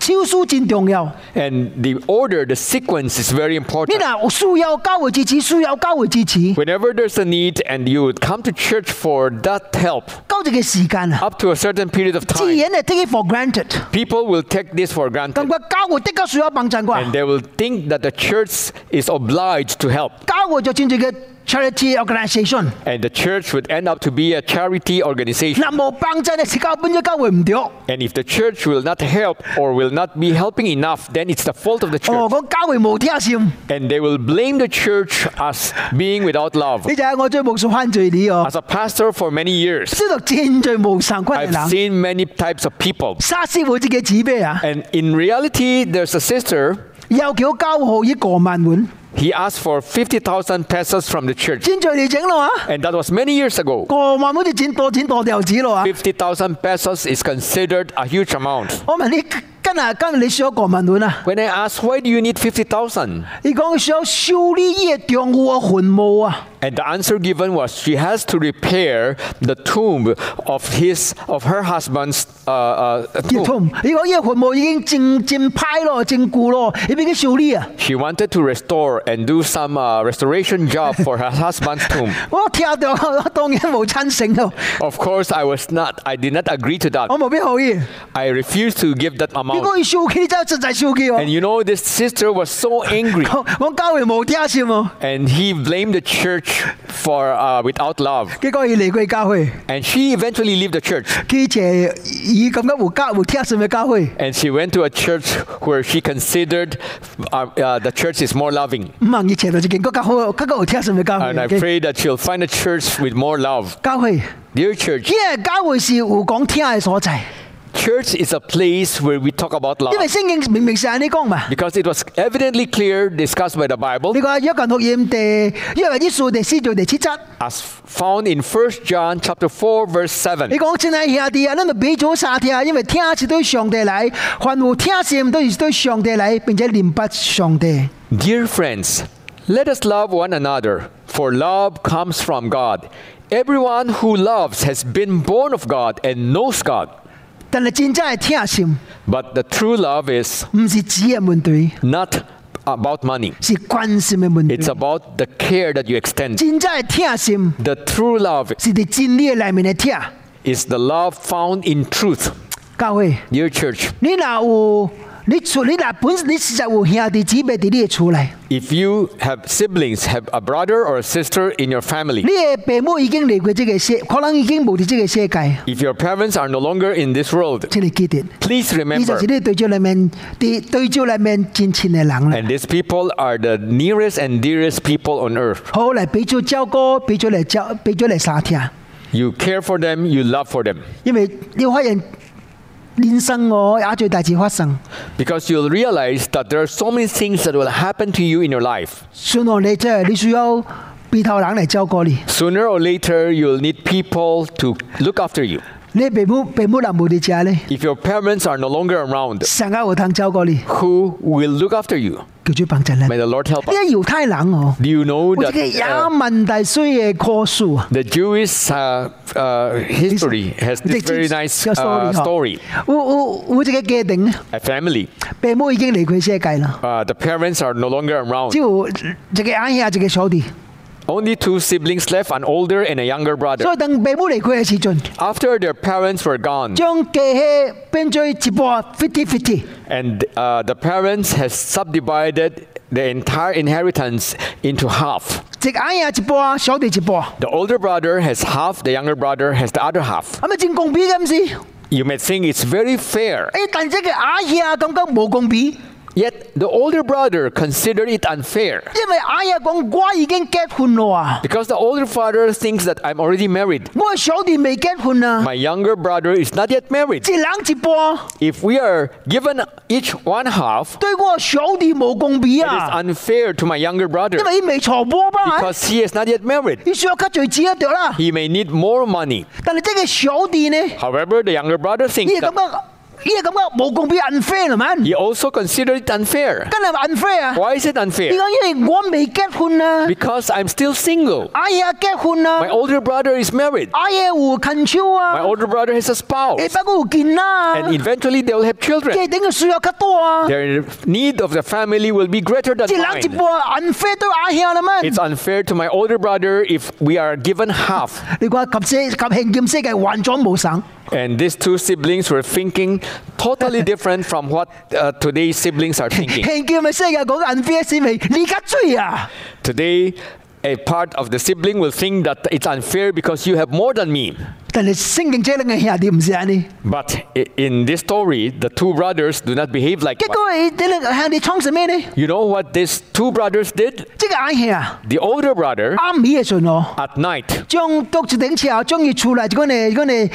[SPEAKER 1] 超書戰重要。呢
[SPEAKER 2] and the order, the sequence is very important.
[SPEAKER 1] 嗱需要教會支持，需要教會支持，
[SPEAKER 2] Whenever there's a need and you would come to church for that help,
[SPEAKER 1] 交咗嘅時間啊，
[SPEAKER 2] up to a certain period of
[SPEAKER 1] 自
[SPEAKER 2] time,
[SPEAKER 1] 然係 take it for granted。
[SPEAKER 2] people will take this for
[SPEAKER 1] 感
[SPEAKER 2] granted
[SPEAKER 1] 覺教會的確需要幫襯啩，
[SPEAKER 2] and they will think that the church is obliged to help.
[SPEAKER 1] 教會就牽住嘅 charity organisation，
[SPEAKER 2] And the church would end up to be a charity organization.
[SPEAKER 1] 嗱冇幫襯嘅時間變咗教會唔掂。
[SPEAKER 2] And if the church will not help or will not be helping enough, then it's the fault of the church.
[SPEAKER 1] 哦，講教會無聽心。
[SPEAKER 2] and they will blame the church as being without love.
[SPEAKER 1] 呢就係我最無數犯罪你哦，
[SPEAKER 2] As a pastor for many years,
[SPEAKER 1] 知道戰罪無神困難
[SPEAKER 2] I've
[SPEAKER 1] 冷，
[SPEAKER 2] seen many types of people.
[SPEAKER 1] 沙師會自己指咩啊？
[SPEAKER 2] And in reality, there's a sister
[SPEAKER 1] 而又叫交號一個萬碗，
[SPEAKER 2] He asked for 50,000 pesos from the church.
[SPEAKER 1] 錢最嚟整咯啊！
[SPEAKER 2] And that was many years ago.
[SPEAKER 1] 個萬碗就錢多錢多掉子咯啊！
[SPEAKER 2] 50,000 pesos is considered a huge amount.
[SPEAKER 1] 我問你，今日今日你需要一個萬碗啊？
[SPEAKER 2] When I asked, why do you need 50,000?
[SPEAKER 1] 你講需要修理呢個丈夫嘅墳墓啊？
[SPEAKER 2] And the answer given was she has to repair the tomb of his of her husband's uh, uh,
[SPEAKER 1] 熱
[SPEAKER 2] tomb.
[SPEAKER 1] 痛！你講呢個墳墓已經正正派咯，正固咯，你俾佢修理啊？
[SPEAKER 2] She wanted to restore and do some uh, restoration job for her husband's tomb.
[SPEAKER 1] 我聽到我當然冇親性咯，
[SPEAKER 2] Of course, I was not. I did not agree to that.
[SPEAKER 1] 我冇必可以。
[SPEAKER 2] I refused to give that
[SPEAKER 1] 如
[SPEAKER 2] amount.
[SPEAKER 1] 果要燒機真係實在燒機喎，
[SPEAKER 2] And you know, this sister was so angry,
[SPEAKER 1] 我我交完冇聽先喎，
[SPEAKER 2] and he blamed the church for uh, without love.
[SPEAKER 1] 結果佢離佢教去，
[SPEAKER 2] And she eventually left the church,
[SPEAKER 1] 佢就以咁嘅胡家胡聽信嘅教去，
[SPEAKER 2] and she went to a church where she considered uh, uh, the church is more loving.
[SPEAKER 1] 五萬以前就見嗰間好，嗰間胡聽信嘅教
[SPEAKER 2] And I
[SPEAKER 1] 去，
[SPEAKER 2] pray that she'll find a church with more love.
[SPEAKER 1] 教去，
[SPEAKER 2] Dear church,
[SPEAKER 1] 因為教會是胡講聽嘅所在，
[SPEAKER 2] church is a place where we talk about
[SPEAKER 1] 因為
[SPEAKER 2] love
[SPEAKER 1] 聖經明明成日你講嘛。
[SPEAKER 2] because it was evidently clear discussed by the Bible
[SPEAKER 1] 你個約翰福音第因為一數第四做第七節，
[SPEAKER 2] as found in 1 John chapter 4 verse
[SPEAKER 1] 你
[SPEAKER 2] 7.
[SPEAKER 1] 講真係下啲人喺度俾咗撒帖啊，因為天是對上帝嚟，凡乎天是都是對上帝嚟，並且念不上帝。
[SPEAKER 2] Dear friends, let us love one another, for love comes from God. Everyone who loves has been born of God and knows God.
[SPEAKER 1] 但係戰爭係天是，唔
[SPEAKER 2] But the true love is
[SPEAKER 1] 是紙嘅問題，
[SPEAKER 2] not about money.
[SPEAKER 1] 是關心嘅問題。
[SPEAKER 2] It's about the care that you extend.
[SPEAKER 1] 戰爭係天是，
[SPEAKER 2] The true love
[SPEAKER 1] 是對真理裏面嘅天。
[SPEAKER 2] is the love found in truth.
[SPEAKER 1] 教會，
[SPEAKER 2] Dear church,
[SPEAKER 1] 你若有你處你若本你事實有兄弟姊妹喺你嘅厝嚟，
[SPEAKER 2] if you have siblings, have a brother or a sister in your
[SPEAKER 1] 你
[SPEAKER 2] family,
[SPEAKER 1] 嘅父母已經離過呢個世，可能已經冇喺呢個世界，
[SPEAKER 2] if your parents are no longer in this world,
[SPEAKER 1] 請你記得。
[SPEAKER 2] please
[SPEAKER 1] 呢就
[SPEAKER 2] remember
[SPEAKER 1] 是呢對照裏面對對照裏面戰前嘅人啦。
[SPEAKER 2] And these people are the nearest and dearest people on earth.
[SPEAKER 1] 好嚟俾咗朝歌，俾咗嚟朝，俾咗嚟撒帖，
[SPEAKER 2] You care for them, you love for them.
[SPEAKER 1] 因為你發現連生我也最大事發生，
[SPEAKER 2] Because you'll realize that there are so many things that will happen to you in your life.
[SPEAKER 1] 算落你即係你需要被頭人嚟照顧你，
[SPEAKER 2] Sooner or later, you'll need people to look after you.
[SPEAKER 1] 你父母父母能冇你家咧，
[SPEAKER 2] If your parents are no longer around,
[SPEAKER 1] 神啊會通照顧你，
[SPEAKER 2] who will look after you?
[SPEAKER 1] 叫主幫襯你。
[SPEAKER 2] May
[SPEAKER 1] 呢
[SPEAKER 2] the Lord help us.
[SPEAKER 1] 啲猶太人哦，
[SPEAKER 2] Do you
[SPEAKER 1] 我
[SPEAKER 2] know
[SPEAKER 1] 哋嘅
[SPEAKER 2] that
[SPEAKER 1] 也
[SPEAKER 2] uh,
[SPEAKER 1] 問題衰嘅棵樹啊！
[SPEAKER 2] the Jewish uh, uh, history has this very nice
[SPEAKER 1] 有
[SPEAKER 2] uh,
[SPEAKER 1] 嗬
[SPEAKER 2] story?
[SPEAKER 1] 我我我哋嘅家庭咧，
[SPEAKER 2] A family,
[SPEAKER 1] 父母已經離佢世界啦，
[SPEAKER 2] uh, the parents are no longer
[SPEAKER 1] 只
[SPEAKER 2] around.
[SPEAKER 1] 有一個阿兄一個小弟。
[SPEAKER 2] Only two siblings left, an older and a younger brother.
[SPEAKER 1] 所以等爸母離開嘅時陣，
[SPEAKER 2] After their parents were gone,
[SPEAKER 1] 將機器變咗一半 fifty fifty，
[SPEAKER 2] and uh, the parents has subdivided the entire inheritance into half.
[SPEAKER 1] 隻眼也一半，小弟一半，
[SPEAKER 2] The older brother has half, the younger brother has the other half.
[SPEAKER 1] 係咪正公比咁先？誒，
[SPEAKER 2] You may think it's very fair,
[SPEAKER 1] 但係嘅阿爺啊，感覺冇公比，
[SPEAKER 2] yet the older brother considered it unfair
[SPEAKER 1] 因為阿爺講我已經結婚啦啊，
[SPEAKER 2] because the older father thinks that I'm already married.
[SPEAKER 1] 我嘅小弟未結婚啊，
[SPEAKER 2] My younger brother is not yet married.
[SPEAKER 1] 隻人一半，
[SPEAKER 2] If we are given each one half,
[SPEAKER 1] 對我小弟冇公比
[SPEAKER 2] it is
[SPEAKER 1] 啊，
[SPEAKER 2] unfair to my younger brother
[SPEAKER 1] 因為佢未坐波吧。
[SPEAKER 2] because he is not yet married.
[SPEAKER 1] 你想佢最止一條啦，
[SPEAKER 2] He may need more money.
[SPEAKER 1] 但係即係小弟呢，呢
[SPEAKER 2] However, the younger brother
[SPEAKER 1] 個
[SPEAKER 2] thinks
[SPEAKER 1] 感
[SPEAKER 2] that
[SPEAKER 1] 覺，呢個感覺冇公比 unfair 係咪？
[SPEAKER 2] he also considered it unfair.
[SPEAKER 1] 真係 unfair 啊！
[SPEAKER 2] Why is it
[SPEAKER 1] 你講
[SPEAKER 2] unfair?
[SPEAKER 1] 因為我未結婚啊。
[SPEAKER 2] Because I'm still single.
[SPEAKER 1] 哎呀，结婚啦
[SPEAKER 2] My！older brother is married.
[SPEAKER 1] 哎呀，有近超
[SPEAKER 2] My
[SPEAKER 1] 啊！
[SPEAKER 2] older brother has
[SPEAKER 1] 你
[SPEAKER 2] a spouse.
[SPEAKER 1] 不過有見啦，
[SPEAKER 2] And
[SPEAKER 1] 即
[SPEAKER 2] eventually they'll have children.
[SPEAKER 1] 係等佢需要更多啊！
[SPEAKER 2] Their need of the family will be greater than
[SPEAKER 1] 即係冷一
[SPEAKER 2] mine.
[SPEAKER 1] 波啊，unfair 對阿兄啦嘛！
[SPEAKER 2] It's unfair to my older brother if we are given half.
[SPEAKER 1] 你話及些及慶劍世界還咗冇省，
[SPEAKER 2] And these two siblings were thinking totally different from what uh, today's siblings are thinking.
[SPEAKER 1] 慶劍嘅世界講 unfair 是咪？你而家追啊！
[SPEAKER 2] Today, a part of the sibling will think that it's unfair because you have more than me.
[SPEAKER 1] 但係聖經者嘅兄弟唔是啊你，
[SPEAKER 2] But i- in this story, the two brothers do not behave like
[SPEAKER 1] 結
[SPEAKER 2] one.
[SPEAKER 1] 果你你個兄弟創什咩呢？
[SPEAKER 2] You know what these two brothers did?
[SPEAKER 1] 即係阿兄啊，
[SPEAKER 2] The older brother
[SPEAKER 1] 啱起嘅信我，
[SPEAKER 2] at night
[SPEAKER 1] 將督住頂朝，將佢出嚟，就講你講你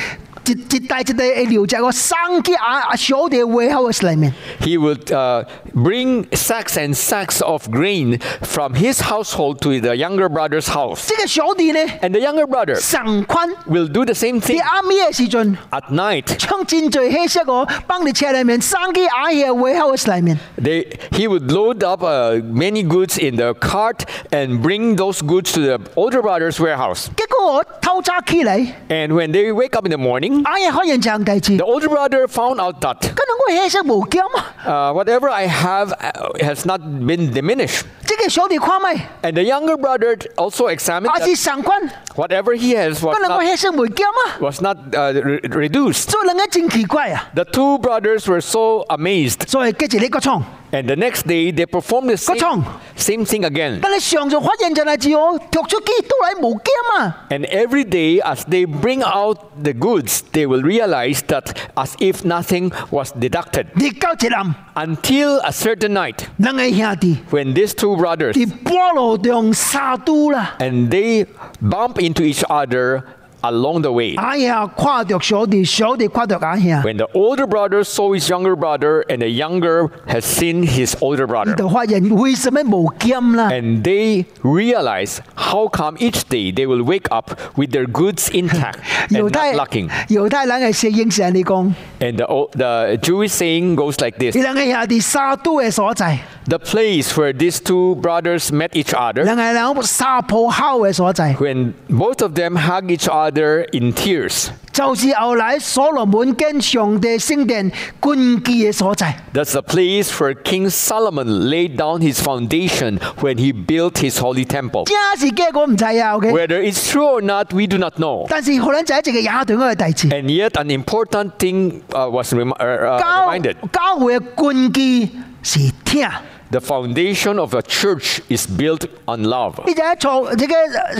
[SPEAKER 1] 一一代一代会留在个生嘅啊啊小的 warehouse 里面。
[SPEAKER 2] He will uh, bring sacks and sacks of grain from his household to the younger brother's house.
[SPEAKER 1] 这个小弟呢，
[SPEAKER 2] And the younger brother
[SPEAKER 1] 上款
[SPEAKER 2] will do the same
[SPEAKER 1] 伫
[SPEAKER 2] thing
[SPEAKER 1] 暗暝嘅时阵，
[SPEAKER 2] at night.
[SPEAKER 1] 将真侪黑色个放伫车里面，生嘅啊嘅 warehouse 里面。
[SPEAKER 2] They, he would load up uh, many goods in the cart and bring those goods to the older brother's warehouse.
[SPEAKER 1] 结果我偷早起嚟，
[SPEAKER 2] And when they wake up in the morning,
[SPEAKER 1] 啊嘅发现一项代志，
[SPEAKER 2] the
[SPEAKER 1] 可
[SPEAKER 2] older brother found out that
[SPEAKER 1] 能我黑色无减啊！
[SPEAKER 2] uh, whatever I have uh, has not been diminished.
[SPEAKER 1] 这个小弟看咪，
[SPEAKER 2] And the younger brother also examined
[SPEAKER 1] 啊
[SPEAKER 2] that
[SPEAKER 1] 是上款，可
[SPEAKER 2] whatever he has was
[SPEAKER 1] 能我
[SPEAKER 2] not,
[SPEAKER 1] 黑色无减啊！
[SPEAKER 2] was not uh, re- reduced.
[SPEAKER 1] 所以两个真奇怪啊！
[SPEAKER 2] The two brothers were so amazed.
[SPEAKER 1] 所以继续你个创，
[SPEAKER 2] And the next day, they performed the same,
[SPEAKER 1] Kacang.
[SPEAKER 2] same thing again.
[SPEAKER 1] 但系上就发现一件事哦，读出去都来无减啊！
[SPEAKER 2] And every day, as they bring out the goods, they will realize that as if nothing was deducted.
[SPEAKER 1] 日到一暗，
[SPEAKER 2] Until a certain night,
[SPEAKER 1] 两个兄弟
[SPEAKER 2] when these two brothers
[SPEAKER 1] 伫半路中杀拄啦，
[SPEAKER 2] and they bump into each other along the way.
[SPEAKER 1] 阿兄看着小弟，小弟看着阿兄，
[SPEAKER 2] When the older brother saw his younger brother, and the younger has seen his older
[SPEAKER 1] 伊
[SPEAKER 2] brother,
[SPEAKER 1] 就发现为什么无减啦？
[SPEAKER 2] and they realize how come each day they will wake up with their goods intact
[SPEAKER 1] 犹
[SPEAKER 2] and
[SPEAKER 1] 太
[SPEAKER 2] not lacking.
[SPEAKER 1] 犹太人嘅适应是安尼讲，
[SPEAKER 2] And the, old- the Jewish saying goes like this
[SPEAKER 1] 伊两个兄弟杀拄嘅所在，
[SPEAKER 2] The place where these two brothers met each other,
[SPEAKER 1] 两个人杀破口嘅所在，
[SPEAKER 2] when both of them hug each other in tears,
[SPEAKER 1] 就是后来所罗门跟上帝圣殿根基嘅所在。
[SPEAKER 2] that's the place where King Solomon laid down his foundation when he built his holy temple.
[SPEAKER 1] 真是结果唔知啊，OK。
[SPEAKER 2] Whether it's true or not, we do not know.
[SPEAKER 1] 但是可能就係一個也短嘅代志。
[SPEAKER 2] And yet, an important thing uh, was rem- uh, uh,
[SPEAKER 1] 教
[SPEAKER 2] reminded
[SPEAKER 1] 教會嘅根基是聽。
[SPEAKER 2] the foundation of a church is built on love.
[SPEAKER 1] 你就一錯，這個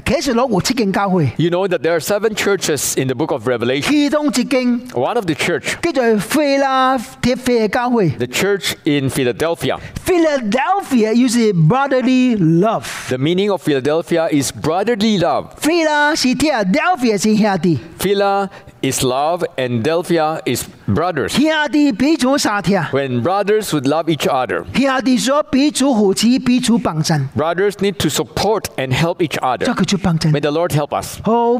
[SPEAKER 1] 啟示錄有七間教會，
[SPEAKER 2] You know that there are seven churches in the book of Revelation.
[SPEAKER 1] 其中一間
[SPEAKER 2] One of the church,
[SPEAKER 1] 叫做菲拉鐵菲嘅教會
[SPEAKER 2] the church in Philadelphia.
[SPEAKER 1] （Philadelphia），又是 brotherly love。
[SPEAKER 2] The meaning of Philadelphia is brotherly love.
[SPEAKER 1] 菲拉是聽，Delphia 是兄弟，
[SPEAKER 2] Phila is love, and Delphia is brothers.
[SPEAKER 1] 兄弟彼此相聽，
[SPEAKER 2] When brothers would love each other,
[SPEAKER 1] 兄弟所彼此扶持、彼此幫襯，
[SPEAKER 2] brothers need to support and help each
[SPEAKER 1] 再
[SPEAKER 2] other.
[SPEAKER 1] 佢就幫襯
[SPEAKER 2] May。the Lord help us
[SPEAKER 1] 好，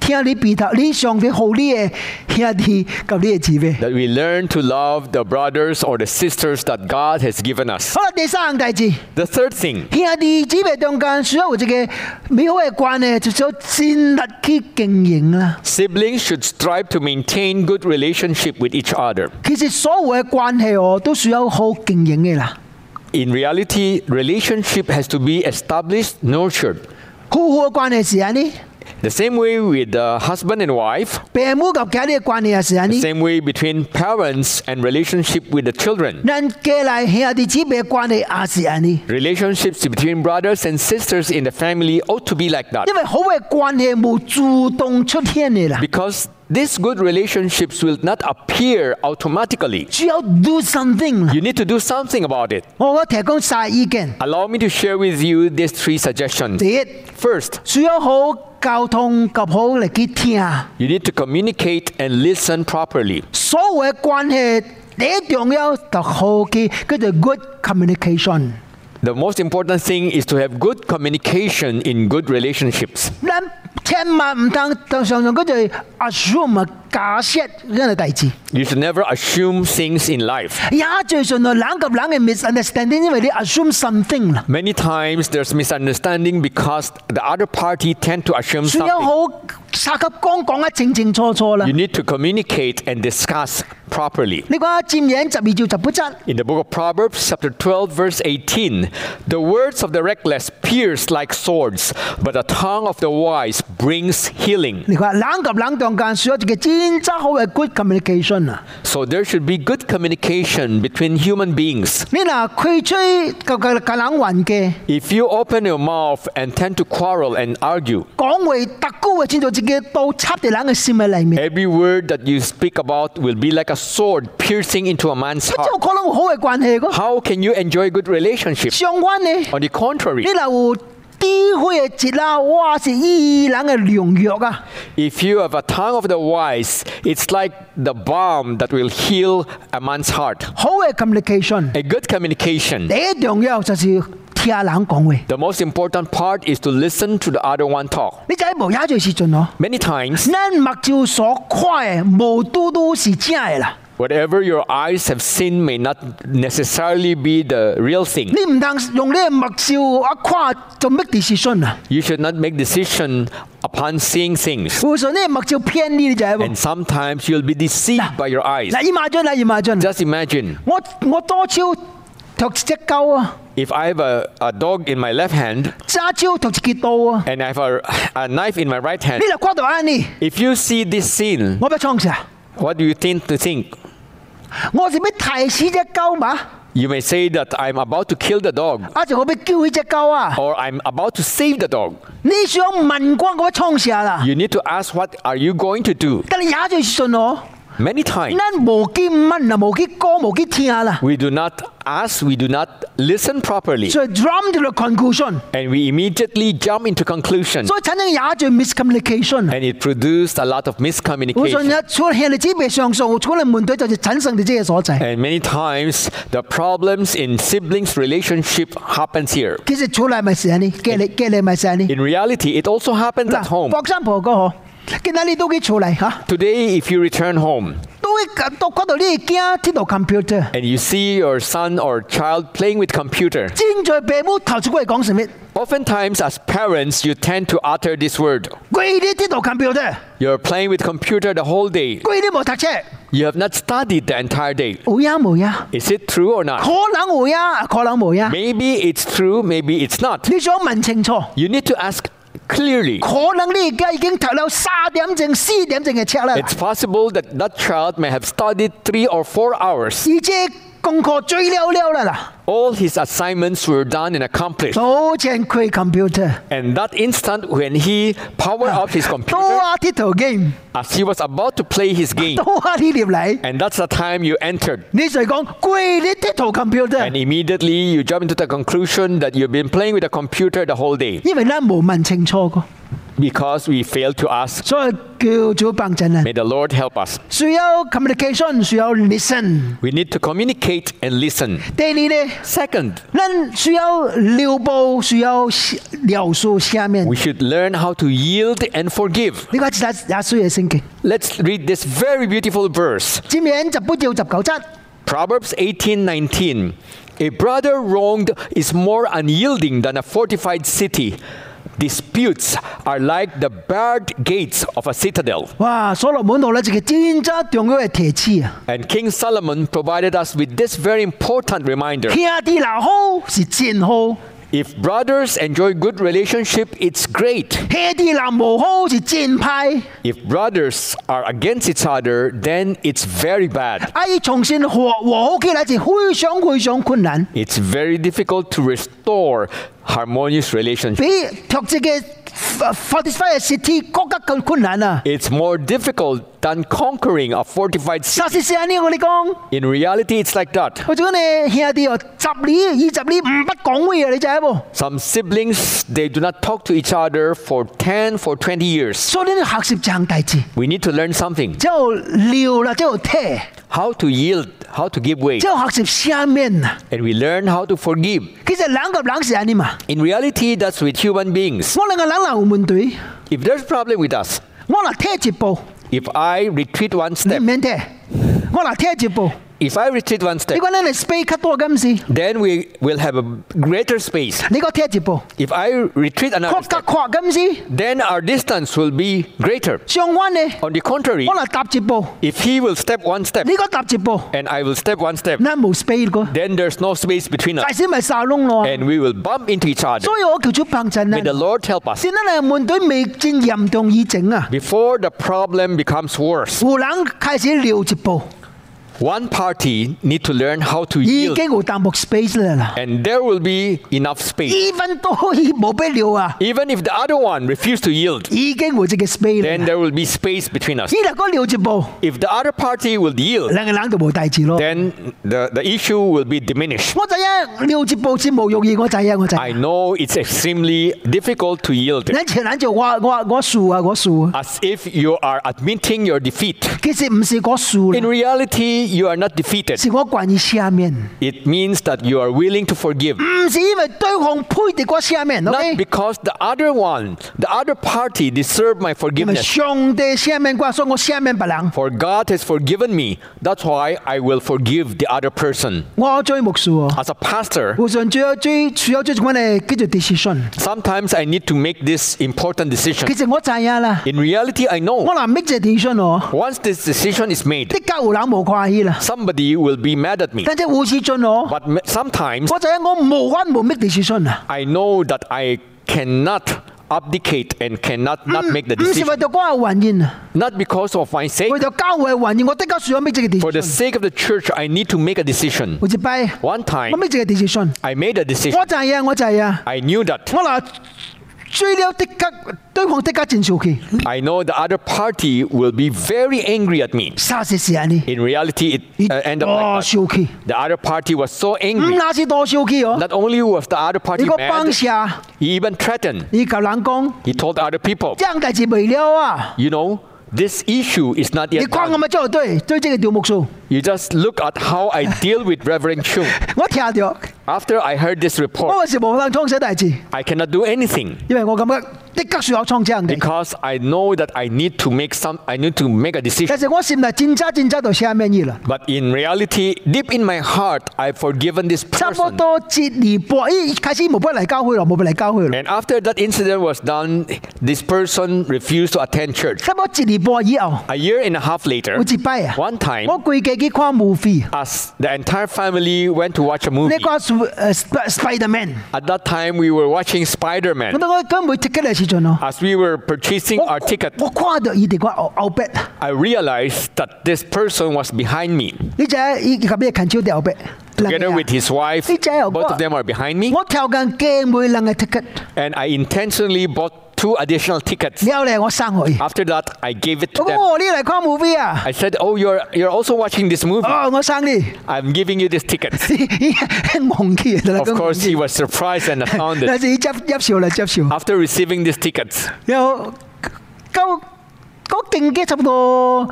[SPEAKER 1] 聽你鼻頭，你上帝好你嘅兄弟及你嘅姊妹。
[SPEAKER 2] that we learn to love the brothers or the sisters that God has given us.
[SPEAKER 1] 好啦，第三樣代志，
[SPEAKER 2] The third thing
[SPEAKER 1] 兄弟姊妹中間需要有一個美好嘅關係，就要盡力去經營啦。
[SPEAKER 2] siblings should strive to maintain good relationship with each other.
[SPEAKER 1] 其實所有嘅關係哦，都需要好經營嘅啦。
[SPEAKER 2] In reality, relationship has to be established, nurtured.
[SPEAKER 1] 夫婦嘅關係是安尼，
[SPEAKER 2] The same way with the husband and wife,
[SPEAKER 1] 父母及家啲嘅關係也是安
[SPEAKER 2] the
[SPEAKER 1] 尼。
[SPEAKER 2] same way between parents and relationship with the children.
[SPEAKER 1] 咱家內兄弟姊妹嘅關係也是安尼，
[SPEAKER 2] Relationships between brothers and sisters in the family ought to be like that
[SPEAKER 1] 因為好嘅關係冇主動出現嘅啦，
[SPEAKER 2] because these good relationships will not appear automatically.
[SPEAKER 1] 需要 do something 啦。
[SPEAKER 2] You need to do something about it.
[SPEAKER 1] 我我提供晒意見，
[SPEAKER 2] Allow me to share with you these three suggestions.
[SPEAKER 1] 第一
[SPEAKER 2] First,
[SPEAKER 1] 需要好溝通及好嚟去聽。
[SPEAKER 2] you need to communicate and listen properly.
[SPEAKER 1] 所謂關係，第一重要就好嘅叫做 good communication。
[SPEAKER 2] The most important thing is to have good communication in good relationships.
[SPEAKER 1] 咱千萬唔通就常常叫做 assume 啊假設呢個代志，
[SPEAKER 2] You should never assume things in life.
[SPEAKER 1] 也最常到冷及冷嘅 misunderstanding，因為你 assume something 啦。
[SPEAKER 2] Many times there's misunderstanding because the other party tend to assume
[SPEAKER 1] 所以
[SPEAKER 2] something.
[SPEAKER 1] 好沙級講講得清清楚楚啦
[SPEAKER 2] You。need to communicate and discuss properly.
[SPEAKER 1] 你講佔領十二照十不則，
[SPEAKER 2] In the book of Proverbs, chapter 12, verse 18, the words of the reckless pierce like swords, but the tongue of the wise brings healing.
[SPEAKER 1] 你話冷及冷中間需要一個真真好嘅 good communication 啊。
[SPEAKER 2] So there should be good communication between human beings.
[SPEAKER 1] 你嗱開吹個個個冷雲嘅。
[SPEAKER 2] If you open your mouth and tend to quarrel and argue,
[SPEAKER 1] 講話特高嘅程度，自己刀插喺人嘅心嘅裏面，
[SPEAKER 2] every word that you speak about will be like a sword piercing into a man's
[SPEAKER 1] 即
[SPEAKER 2] heart.
[SPEAKER 1] 係可能有好嘅關係嘅。
[SPEAKER 2] How can you enjoy good relationship?
[SPEAKER 1] 相反呢，
[SPEAKER 2] On the contrary,
[SPEAKER 1] 你若有智慧的一啦，哇是伊人的良药啊！
[SPEAKER 2] If you have a tongue of the wise, it's like the balm that will heal a man's heart.
[SPEAKER 1] 好的 communication，
[SPEAKER 2] A good communication.
[SPEAKER 1] 第一重要就是听人讲話。
[SPEAKER 2] The most important part is to listen to the other one talk.
[SPEAKER 1] 你知無影就時陣哦，
[SPEAKER 2] Many times,
[SPEAKER 1] 咱目睭所看嘅無拄拄是正嘅啦。
[SPEAKER 2] whatever your eyes have seen may not necessarily be the real thing.
[SPEAKER 1] 你唔通用你嘅目睭啊看做 make decision 啊！
[SPEAKER 2] You should not make decision upon seeing things.
[SPEAKER 1] 有時候你嘅目睭偏啲，你知無？
[SPEAKER 2] And sometimes you'll be deceived by your eyes.
[SPEAKER 1] 嗱，伊馬俊啦，伊馬俊，
[SPEAKER 2] Just imagine
[SPEAKER 1] 我我左手托一隻狗啊，
[SPEAKER 2] if I have a, a dog in my left hand
[SPEAKER 1] 左手托一支刀啊，
[SPEAKER 2] and I have a, a knife in my right
[SPEAKER 1] 你
[SPEAKER 2] hand.
[SPEAKER 1] 就看到安尼，
[SPEAKER 2] If you see this scene,
[SPEAKER 1] 我要創啥？
[SPEAKER 2] what do you think to think?
[SPEAKER 1] 啊我是要抬死只狗嘛，
[SPEAKER 2] You may say that I'm about to kill the dog
[SPEAKER 1] 啊，就我要救迄只狗啊！
[SPEAKER 2] or I'm about to save the dog.
[SPEAKER 1] 你想問我我要創啥啦？
[SPEAKER 2] You need to ask what are you going to do?
[SPEAKER 1] 但係也就是信哦，
[SPEAKER 2] Many times
[SPEAKER 1] 咱無去問啦，無去講，無去聽啦，
[SPEAKER 2] we do not ask, we do not listen properly,
[SPEAKER 1] 所以 drum to the conclusion，
[SPEAKER 2] and we immediately jump into conclusions.
[SPEAKER 1] 所以產生也就 miscommunication。啊
[SPEAKER 2] And it produced a lot of
[SPEAKER 1] 我信
[SPEAKER 2] miscommunication.
[SPEAKER 1] 一出現你只被上訴，出嚟問題就是產生你這個所在。
[SPEAKER 2] And many times the problems in siblings relationship happens here.
[SPEAKER 1] 其實出嚟咪是安尼，隔離隔離咪是安尼。
[SPEAKER 2] In reality, it also happens at
[SPEAKER 1] 嗱，
[SPEAKER 2] home.
[SPEAKER 1] 博山婆哥嗬，今日你都去出嚟嚇，
[SPEAKER 2] Today, if you return home
[SPEAKER 1] 都去都看到你嘅囝睇到 computer，
[SPEAKER 2] and you see your son or child playing with computer,
[SPEAKER 1] 正在父母頭出嚟講什麼？
[SPEAKER 2] oftentimes as parents, you tend to utter this word.
[SPEAKER 1] 佢哋睇到 computer，
[SPEAKER 2] You're playing with computer the whole day.
[SPEAKER 1] 佢哋冇讀書，
[SPEAKER 2] You have not studied the entire day.
[SPEAKER 1] 冇呀冇呀。
[SPEAKER 2] Is it true or not?
[SPEAKER 1] 可能有呀，可能冇呀。
[SPEAKER 2] Maybe it's true, maybe it's not.
[SPEAKER 1] 你想問清楚，
[SPEAKER 2] You need to ask clearly.
[SPEAKER 1] 可能你而家已經讀了三點正、四點正嘅冊啦，
[SPEAKER 2] It's possible that that child may have studied three or four hours.
[SPEAKER 1] 而且功課最了了啦啦，
[SPEAKER 2] All his assignments were done and accomplished.
[SPEAKER 1] 早前開 computer，
[SPEAKER 2] And that instant when he powered up his
[SPEAKER 1] 都
[SPEAKER 2] computer
[SPEAKER 1] 啊啲頭 game，
[SPEAKER 2] as he was about to play his game,
[SPEAKER 1] 都啊啲入嚟，
[SPEAKER 2] and that's the time you entered.
[SPEAKER 1] 你就講貴你啲頭 computer，
[SPEAKER 2] And immediately you jump into the conclusion that you've been playing with a computer the whole day
[SPEAKER 1] 因為咧冇問清楚個，
[SPEAKER 2] because we failed to ask.
[SPEAKER 1] 所以叫做幫襯啊。
[SPEAKER 2] May the Lord help us.
[SPEAKER 1] 需要 communication，需要 listen。
[SPEAKER 2] We need to communicate and listen.
[SPEAKER 1] 第二呢，
[SPEAKER 2] Second,
[SPEAKER 1] 咱需要撩布，需要描述下面
[SPEAKER 2] we。should learn how to yield and forgive.
[SPEAKER 1] 呢個其實也需要聖經。
[SPEAKER 2] Let's read this very beautiful verse.
[SPEAKER 1] 箴言十八章十九節，
[SPEAKER 2] Proverbs 18:19 A brother wronged is more unyielding than a fortified city. Disputes are like the barred gates of a citadel.
[SPEAKER 1] 哇！所羅門度咧，一個真正重要嘅提示啊！
[SPEAKER 2] And King Solomon provided us with this very important reminder.
[SPEAKER 1] 兄弟鬧好是真好，
[SPEAKER 2] If brothers enjoy good relationship, it's great.
[SPEAKER 1] 兄弟鬧無好是真歹。
[SPEAKER 2] If brothers are against each other, then it's very bad.
[SPEAKER 1] 啊！伊重新和和好起來是非常非常困難，
[SPEAKER 2] It's very difficult to restore harmonious relationship.
[SPEAKER 1] 比脱一個 fortified city 更加更困難啊！
[SPEAKER 2] It's more difficult than conquering a fortified city.
[SPEAKER 1] 實事是安尼，我哋講，
[SPEAKER 2] In reality, it's like that.
[SPEAKER 1] 我做呢兄弟哦，十年二十年唔不講話啊！你知影無？
[SPEAKER 2] Some siblings, they do not talk to each other for 10, for 20 years.
[SPEAKER 1] 所以你要學習這項代志，
[SPEAKER 2] We need to learn something
[SPEAKER 1] 只有聊啦，只有聽，
[SPEAKER 2] how to yield, how to give way.
[SPEAKER 1] 只有學習下面啊！
[SPEAKER 2] And we learn how to forgive.
[SPEAKER 1] 其實人甲人是安尼嘛。
[SPEAKER 2] In reality, that's with human beings.
[SPEAKER 1] 我兩個人若有問題，
[SPEAKER 2] If there's a problem with us,
[SPEAKER 1] 我若退一步，
[SPEAKER 2] if I retreat one
[SPEAKER 1] 你唔
[SPEAKER 2] step,
[SPEAKER 1] 免退。我若退一步，
[SPEAKER 2] if I retreat one
[SPEAKER 1] 你
[SPEAKER 2] step,
[SPEAKER 1] 講咱嘅 space 較大咁是？
[SPEAKER 2] then we will have a greater space.
[SPEAKER 1] 你講退一步，
[SPEAKER 2] If I retreat
[SPEAKER 1] 擴
[SPEAKER 2] another
[SPEAKER 1] 較
[SPEAKER 2] step,
[SPEAKER 1] 闊咁是？
[SPEAKER 2] then our distance will be greater.
[SPEAKER 1] 相反呢，
[SPEAKER 2] On the contrary,
[SPEAKER 1] 我若踏一步，
[SPEAKER 2] if he will step one step
[SPEAKER 1] 你講踏一步，
[SPEAKER 2] and I will step one step,
[SPEAKER 1] 咱無 space 個，
[SPEAKER 2] then there's no space between us
[SPEAKER 1] 大使咪沙窿咯。
[SPEAKER 2] and we will bump into each other.
[SPEAKER 1] 所以我叫做幫襯
[SPEAKER 2] May the
[SPEAKER 1] 啊。
[SPEAKER 2] Lord help us.
[SPEAKER 1] 是咱嘅問題未真嚴重以前啊，
[SPEAKER 2] 嗯 Before the problem becomes worse, 嗯
[SPEAKER 1] 有人開始撩一步，
[SPEAKER 2] One party need to learn how to
[SPEAKER 1] 已
[SPEAKER 2] yield,
[SPEAKER 1] 經有淡薄 space 啦啦。
[SPEAKER 2] and there will be enough space.
[SPEAKER 1] 呢分都可以冇必要啊，
[SPEAKER 2] Even if the other one refuse to yield,
[SPEAKER 1] 已經有這個 space 啦
[SPEAKER 2] then。there will be space between us.
[SPEAKER 1] 呢兩個一步，
[SPEAKER 2] If the other party will yield,
[SPEAKER 1] 兩個人就冇大事咯。
[SPEAKER 2] then the, the issue will be diminished.
[SPEAKER 1] 我仔啊，撩一步先冇容易，我仔啊，我仔。
[SPEAKER 2] I know it's extremely difficult to yield,
[SPEAKER 1] 你前人就我我我輸啊，我輸啊。
[SPEAKER 2] as if you are admitting your defeat.
[SPEAKER 1] 其實唔是我輸
[SPEAKER 2] In
[SPEAKER 1] 啦，
[SPEAKER 2] reality, you are not defeated.
[SPEAKER 1] 是我慣於下面，
[SPEAKER 2] It means that you are willing to forgive.
[SPEAKER 1] 唔是因為對方配得我下面
[SPEAKER 2] Not
[SPEAKER 1] ，OK？
[SPEAKER 2] because the other one, the other party deserve my
[SPEAKER 1] 因為
[SPEAKER 2] forgiveness.
[SPEAKER 1] 上帝下面我，所以我下面別人，
[SPEAKER 2] For God has forgiven me. That's why I will forgive the other person.
[SPEAKER 1] 我最木輸哦。
[SPEAKER 2] As a pastor,
[SPEAKER 1] 互相最有最最有最重要嘅叫做 decision。
[SPEAKER 2] sometimes I need to make this important decision.
[SPEAKER 1] 其實我知影啦，
[SPEAKER 2] In reality, I
[SPEAKER 1] 我
[SPEAKER 2] know
[SPEAKER 1] 嗱 make 只 decision 哦，
[SPEAKER 2] once this decision is made,
[SPEAKER 1] 啲家户人無快意啦。
[SPEAKER 2] somebody will be mad at me.
[SPEAKER 1] 但係護士進我，
[SPEAKER 2] But m- sometimes
[SPEAKER 1] 哦我知影我無關無 make decision 啊，
[SPEAKER 2] I know that I cannot abdicate and cannot not make the
[SPEAKER 1] 唔是
[SPEAKER 2] decision.
[SPEAKER 1] 為咗我嘅原因啊，
[SPEAKER 2] Not because of my sake.
[SPEAKER 1] 為咗教會嘅原因，我的確需要 make 只
[SPEAKER 2] For the
[SPEAKER 1] decision。
[SPEAKER 2] sake of the church, I need to make a decision.
[SPEAKER 1] 有一擺，
[SPEAKER 2] One time,
[SPEAKER 1] 我 make 只 decision，
[SPEAKER 2] I made a decision.
[SPEAKER 1] 我知影，我知影，
[SPEAKER 2] I knew that.
[SPEAKER 1] 我嗱追了的確對方的確真受氣，
[SPEAKER 2] I know the other party will be very angry at me.
[SPEAKER 1] 啥事事啊你？
[SPEAKER 2] In reality, it uh, ended up
[SPEAKER 1] Oh,
[SPEAKER 2] like that. 嗯
[SPEAKER 1] Shoki.
[SPEAKER 2] The other party was so
[SPEAKER 1] 唔
[SPEAKER 2] angry.
[SPEAKER 1] 那是多受氣哦，
[SPEAKER 2] Not only was the other
[SPEAKER 1] 你
[SPEAKER 2] party
[SPEAKER 1] 個幫
[SPEAKER 2] mad,
[SPEAKER 1] 下，
[SPEAKER 2] he even threatened.
[SPEAKER 1] 你教人講，
[SPEAKER 2] He told other people,
[SPEAKER 1] 這樣代志未了啊！
[SPEAKER 2] you know, this issue is not
[SPEAKER 1] 你
[SPEAKER 2] yet
[SPEAKER 1] 講我
[SPEAKER 2] done.
[SPEAKER 1] 咪做對，對這個條目數，
[SPEAKER 2] You just look at how I deal with Reverend Chung.
[SPEAKER 1] 我聽到。
[SPEAKER 2] After I heard this report,
[SPEAKER 1] 我嗰時無能創寫大字，
[SPEAKER 2] I cannot do anything
[SPEAKER 1] 因為我感覺的確需要創寫人哋。
[SPEAKER 2] because I know that I need to make some I need to make a decision.
[SPEAKER 1] 但是我心內真渣真渣到寫咩嘢啦？
[SPEAKER 2] But in reality, deep in my heart, I've forgiven this
[SPEAKER 1] 差不
[SPEAKER 2] person.
[SPEAKER 1] 多接二播，咦開始冇不嚟教會咯，冇不嚟教會咯。
[SPEAKER 2] And after that incident was done, this person refused to attend church.
[SPEAKER 1] 差不多接二播以後，
[SPEAKER 2] A year and a half
[SPEAKER 1] 我
[SPEAKER 2] later,
[SPEAKER 1] 接拜啊！
[SPEAKER 2] one time,
[SPEAKER 1] 我攰嘅去看 movie，
[SPEAKER 2] as the entire family went to watch a
[SPEAKER 1] 你
[SPEAKER 2] movie,
[SPEAKER 1] 講 Sp- 呃 Sp- Spiderman，
[SPEAKER 2] at that time we were watching Spider
[SPEAKER 1] 我
[SPEAKER 2] Man.
[SPEAKER 1] 當我根本 ticket 嚟時陣咯，
[SPEAKER 2] As we were purchasing
[SPEAKER 1] 我
[SPEAKER 2] our ticket,
[SPEAKER 1] 我跨到佢哋個後後壁，
[SPEAKER 2] I realized that this person was behind me,
[SPEAKER 1] 呢只依及咩近超啲後壁。
[SPEAKER 2] together with his wife.
[SPEAKER 1] Ni cahaya,
[SPEAKER 2] Both of
[SPEAKER 1] gua-
[SPEAKER 2] them are behind me,
[SPEAKER 1] 我跳緊機每兩嘅 ticket，
[SPEAKER 2] and I intentionally bought two additional tickets.
[SPEAKER 1] 之後咧我生佢，
[SPEAKER 2] After that, I gave it to
[SPEAKER 1] 我講
[SPEAKER 2] them.
[SPEAKER 1] 我呢嚟看 movie à? Oh, 啊！
[SPEAKER 2] I said, "Oh, you're you're also watching this movie.
[SPEAKER 1] 哦，我生 你，
[SPEAKER 2] I'm giving you this ticket."
[SPEAKER 1] 戇嘅就啦。
[SPEAKER 2] Of course, he was surprised and astounded
[SPEAKER 1] 但是佢執執笑啦，執笑。
[SPEAKER 2] after receiving these tickets.
[SPEAKER 1] 然後夠嗰勁嘅差唔多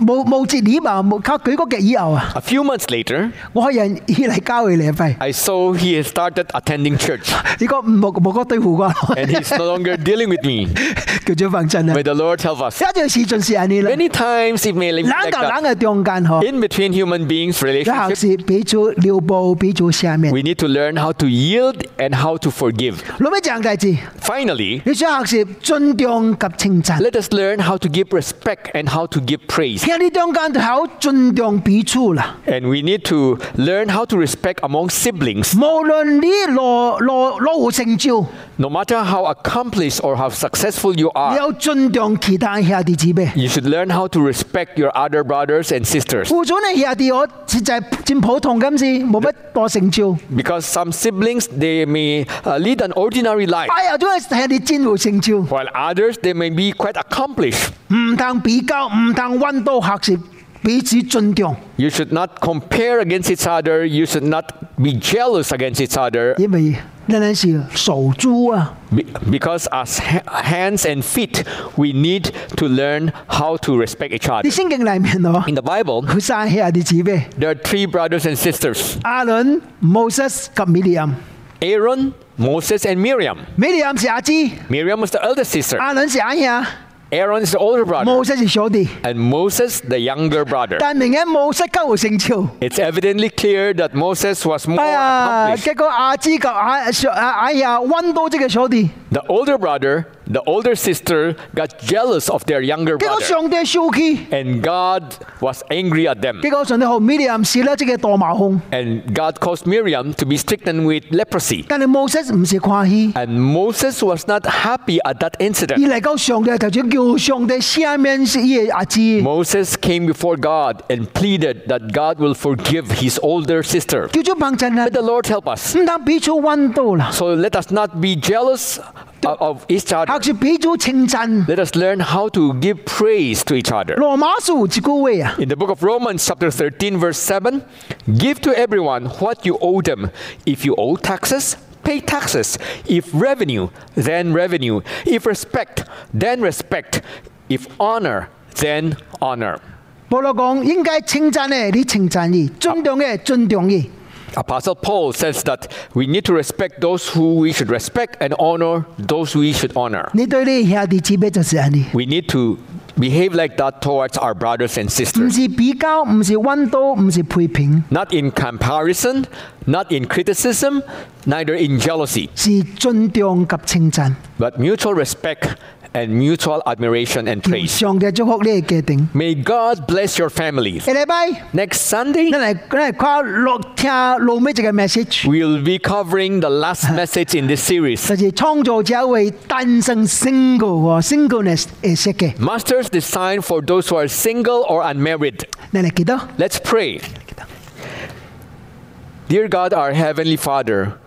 [SPEAKER 1] 冇冇折耳嘛，冇靠舉嗰嘅以後啊，
[SPEAKER 2] A few months later,
[SPEAKER 1] 我可以以嚟交佢嚟費。
[SPEAKER 2] I saw he had started attending church,
[SPEAKER 1] 你講唔冇冇嗰對付啩？
[SPEAKER 2] and he's no longer dealing with me.
[SPEAKER 1] 叫做放真啊！
[SPEAKER 2] May the Lord help us.
[SPEAKER 1] 一段時盡是人哋啦，
[SPEAKER 2] Many times it may be
[SPEAKER 1] 冷
[SPEAKER 2] like
[SPEAKER 1] 就冷
[SPEAKER 2] that.
[SPEAKER 1] 嘅中間嗬。
[SPEAKER 2] In between human beings,
[SPEAKER 1] 有後
[SPEAKER 2] relationships,
[SPEAKER 1] 是俾咗尿布，俾咗下面。
[SPEAKER 2] we need to learn how to yield and how to forgive.
[SPEAKER 1] 老尾鄭大志，
[SPEAKER 2] Finally,
[SPEAKER 1] 你想學習尊重及稱讚。
[SPEAKER 2] let us learn how to give respect and how to give praise.
[SPEAKER 1] 聽你中間就好尊重彼此啦。
[SPEAKER 2] And we need to learn how to respect among siblings,
[SPEAKER 1] 無論你羅羅羅湖成就，
[SPEAKER 2] no matter how accomplished or how successful you are.
[SPEAKER 1] 你有尊重其他兄弟姊妹。
[SPEAKER 2] You should learn how to respect your other brothers and sisters
[SPEAKER 1] 父祖你兄弟我實在真普通咁事，冇乜多成就。
[SPEAKER 2] because some siblings they may uh, lead an ordinary life
[SPEAKER 1] 哎呀，都係兄弟真有成就，
[SPEAKER 2] while others they may be quite accomplished.
[SPEAKER 1] 唔通比較，唔通温度學習，彼此尊重，
[SPEAKER 2] You should not compare against each other. You should not be jealous against each other
[SPEAKER 1] 因為那陣時手足啊，
[SPEAKER 2] be- because as ha- hands and feet we need to learn how to respect each
[SPEAKER 1] 你
[SPEAKER 2] other.
[SPEAKER 1] 聖經裡面哦，
[SPEAKER 2] In the Bible
[SPEAKER 1] 佢三兄弟姊妹，
[SPEAKER 2] there are three brothers and sisters,
[SPEAKER 1] 阿倫、Moses 及 Miriam。
[SPEAKER 2] Aaron, Moses and Miriam.
[SPEAKER 1] Miriam 是阿姊，
[SPEAKER 2] Miriam was the eldest sister.
[SPEAKER 1] 阿倫是阿兄
[SPEAKER 2] Aaron is the older brother
[SPEAKER 1] ，Moses 是小弟。
[SPEAKER 2] and Moses the younger brother.
[SPEAKER 1] 但明顯 Moses 交有成就。
[SPEAKER 2] It's evidently clear that Moses was more
[SPEAKER 1] 哎呀，
[SPEAKER 2] accomplished.
[SPEAKER 1] 啊結果阿芝及阿阿阿呀，温到即個小弟，
[SPEAKER 2] The older brother, the older sister got jealous of their younger
[SPEAKER 1] 结果
[SPEAKER 2] brother.
[SPEAKER 1] 上帝生氣，
[SPEAKER 2] And God was angry at them.
[SPEAKER 1] 結果上帝好 Miriam 是咧即個大麻風，
[SPEAKER 2] And God caused Miriam to be stricken with leprosy.
[SPEAKER 1] 但係摩西唔是歡喜，
[SPEAKER 2] And Moses was not happy at that
[SPEAKER 1] 伊
[SPEAKER 2] incident.
[SPEAKER 1] 嚟到上帝就想叫上帝赦免伊嘅阿姊，
[SPEAKER 2] Moses came before God and pleaded that God will forgive his older sister.
[SPEAKER 1] 叫做幫襯啊
[SPEAKER 2] Let，the Lord help us.
[SPEAKER 1] 唔得彼此温度啦，
[SPEAKER 2] So let us not be jealous of of each
[SPEAKER 1] 學
[SPEAKER 2] other.
[SPEAKER 1] 住彼此稱讚。
[SPEAKER 2] Let us learn how to give praise to each other.
[SPEAKER 1] 羅馬書一句話啊，
[SPEAKER 2] In the book of Romans, chapter 13, verse 7, give to everyone what you owe them. If you owe taxes, pay taxes. If revenue, then revenue. If respect, then respect. If honor, then honor.
[SPEAKER 1] 保羅講應該稱讚嘅，你稱讚伊；尊重嘅，尊重伊。
[SPEAKER 2] Apostle Paul says that we need to respect those who we should respect and honor those we should honor.
[SPEAKER 1] 你對你兄弟姊妹就是咁樣。
[SPEAKER 2] We need to behave like that towards our brothers and
[SPEAKER 1] 唔
[SPEAKER 2] sisters.
[SPEAKER 1] 是比較，唔是温度，唔是批評，
[SPEAKER 2] Not in comparison, not in criticism, neither in jealousy.
[SPEAKER 1] 是尊重及稱讚。
[SPEAKER 2] but mutual respect and mutual admiration and
[SPEAKER 1] 求
[SPEAKER 2] praise.
[SPEAKER 1] 上帝祝福你嘅家庭。
[SPEAKER 2] May God bless your family.
[SPEAKER 1] 下禮拜。
[SPEAKER 2] Next Sunday,
[SPEAKER 1] 咱来咱来看落听老尾一个 message，
[SPEAKER 2] we'll be covering the last message in this series.
[SPEAKER 1] 就是创造者为诞生 single 和 singleness 而设嘅。
[SPEAKER 2] Master's design for those who are single or unmarried.
[SPEAKER 1] 咱来祈祷，
[SPEAKER 2] Let's pray. Dear God, our Heavenly Father,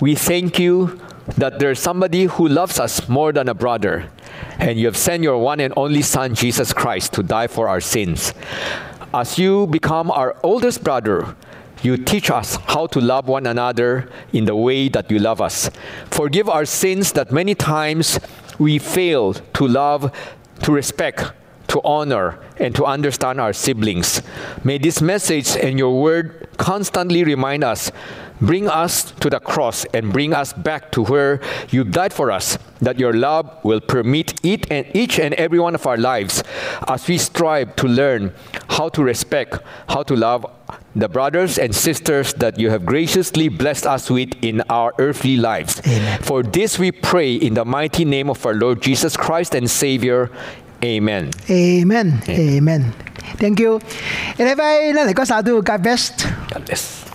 [SPEAKER 2] we thank you that there's somebody who loves us more than a brother, and you have sent your one and only Son, Jesus Christ, to die for our sins. As you become our oldest brother, you teach us how to love one another in the way that you love us. Forgive our sins that many times we fail to love, to respect, to honor and to understand our siblings. May this message and your word constantly remind us, bring us to the cross and bring us back to where you died for us, that your love will permit it and each and every one of our lives as we strive to learn how to respect, how to love the brothers and sisters that you have graciously blessed us with in our earthly lives. For this we pray in the mighty name of our Lord Jesus Christ and Savior. Amen.
[SPEAKER 1] 네, Amen，Amen，Thank you。下禮拜咱嚟講啥都要 get best。
[SPEAKER 2] God bless.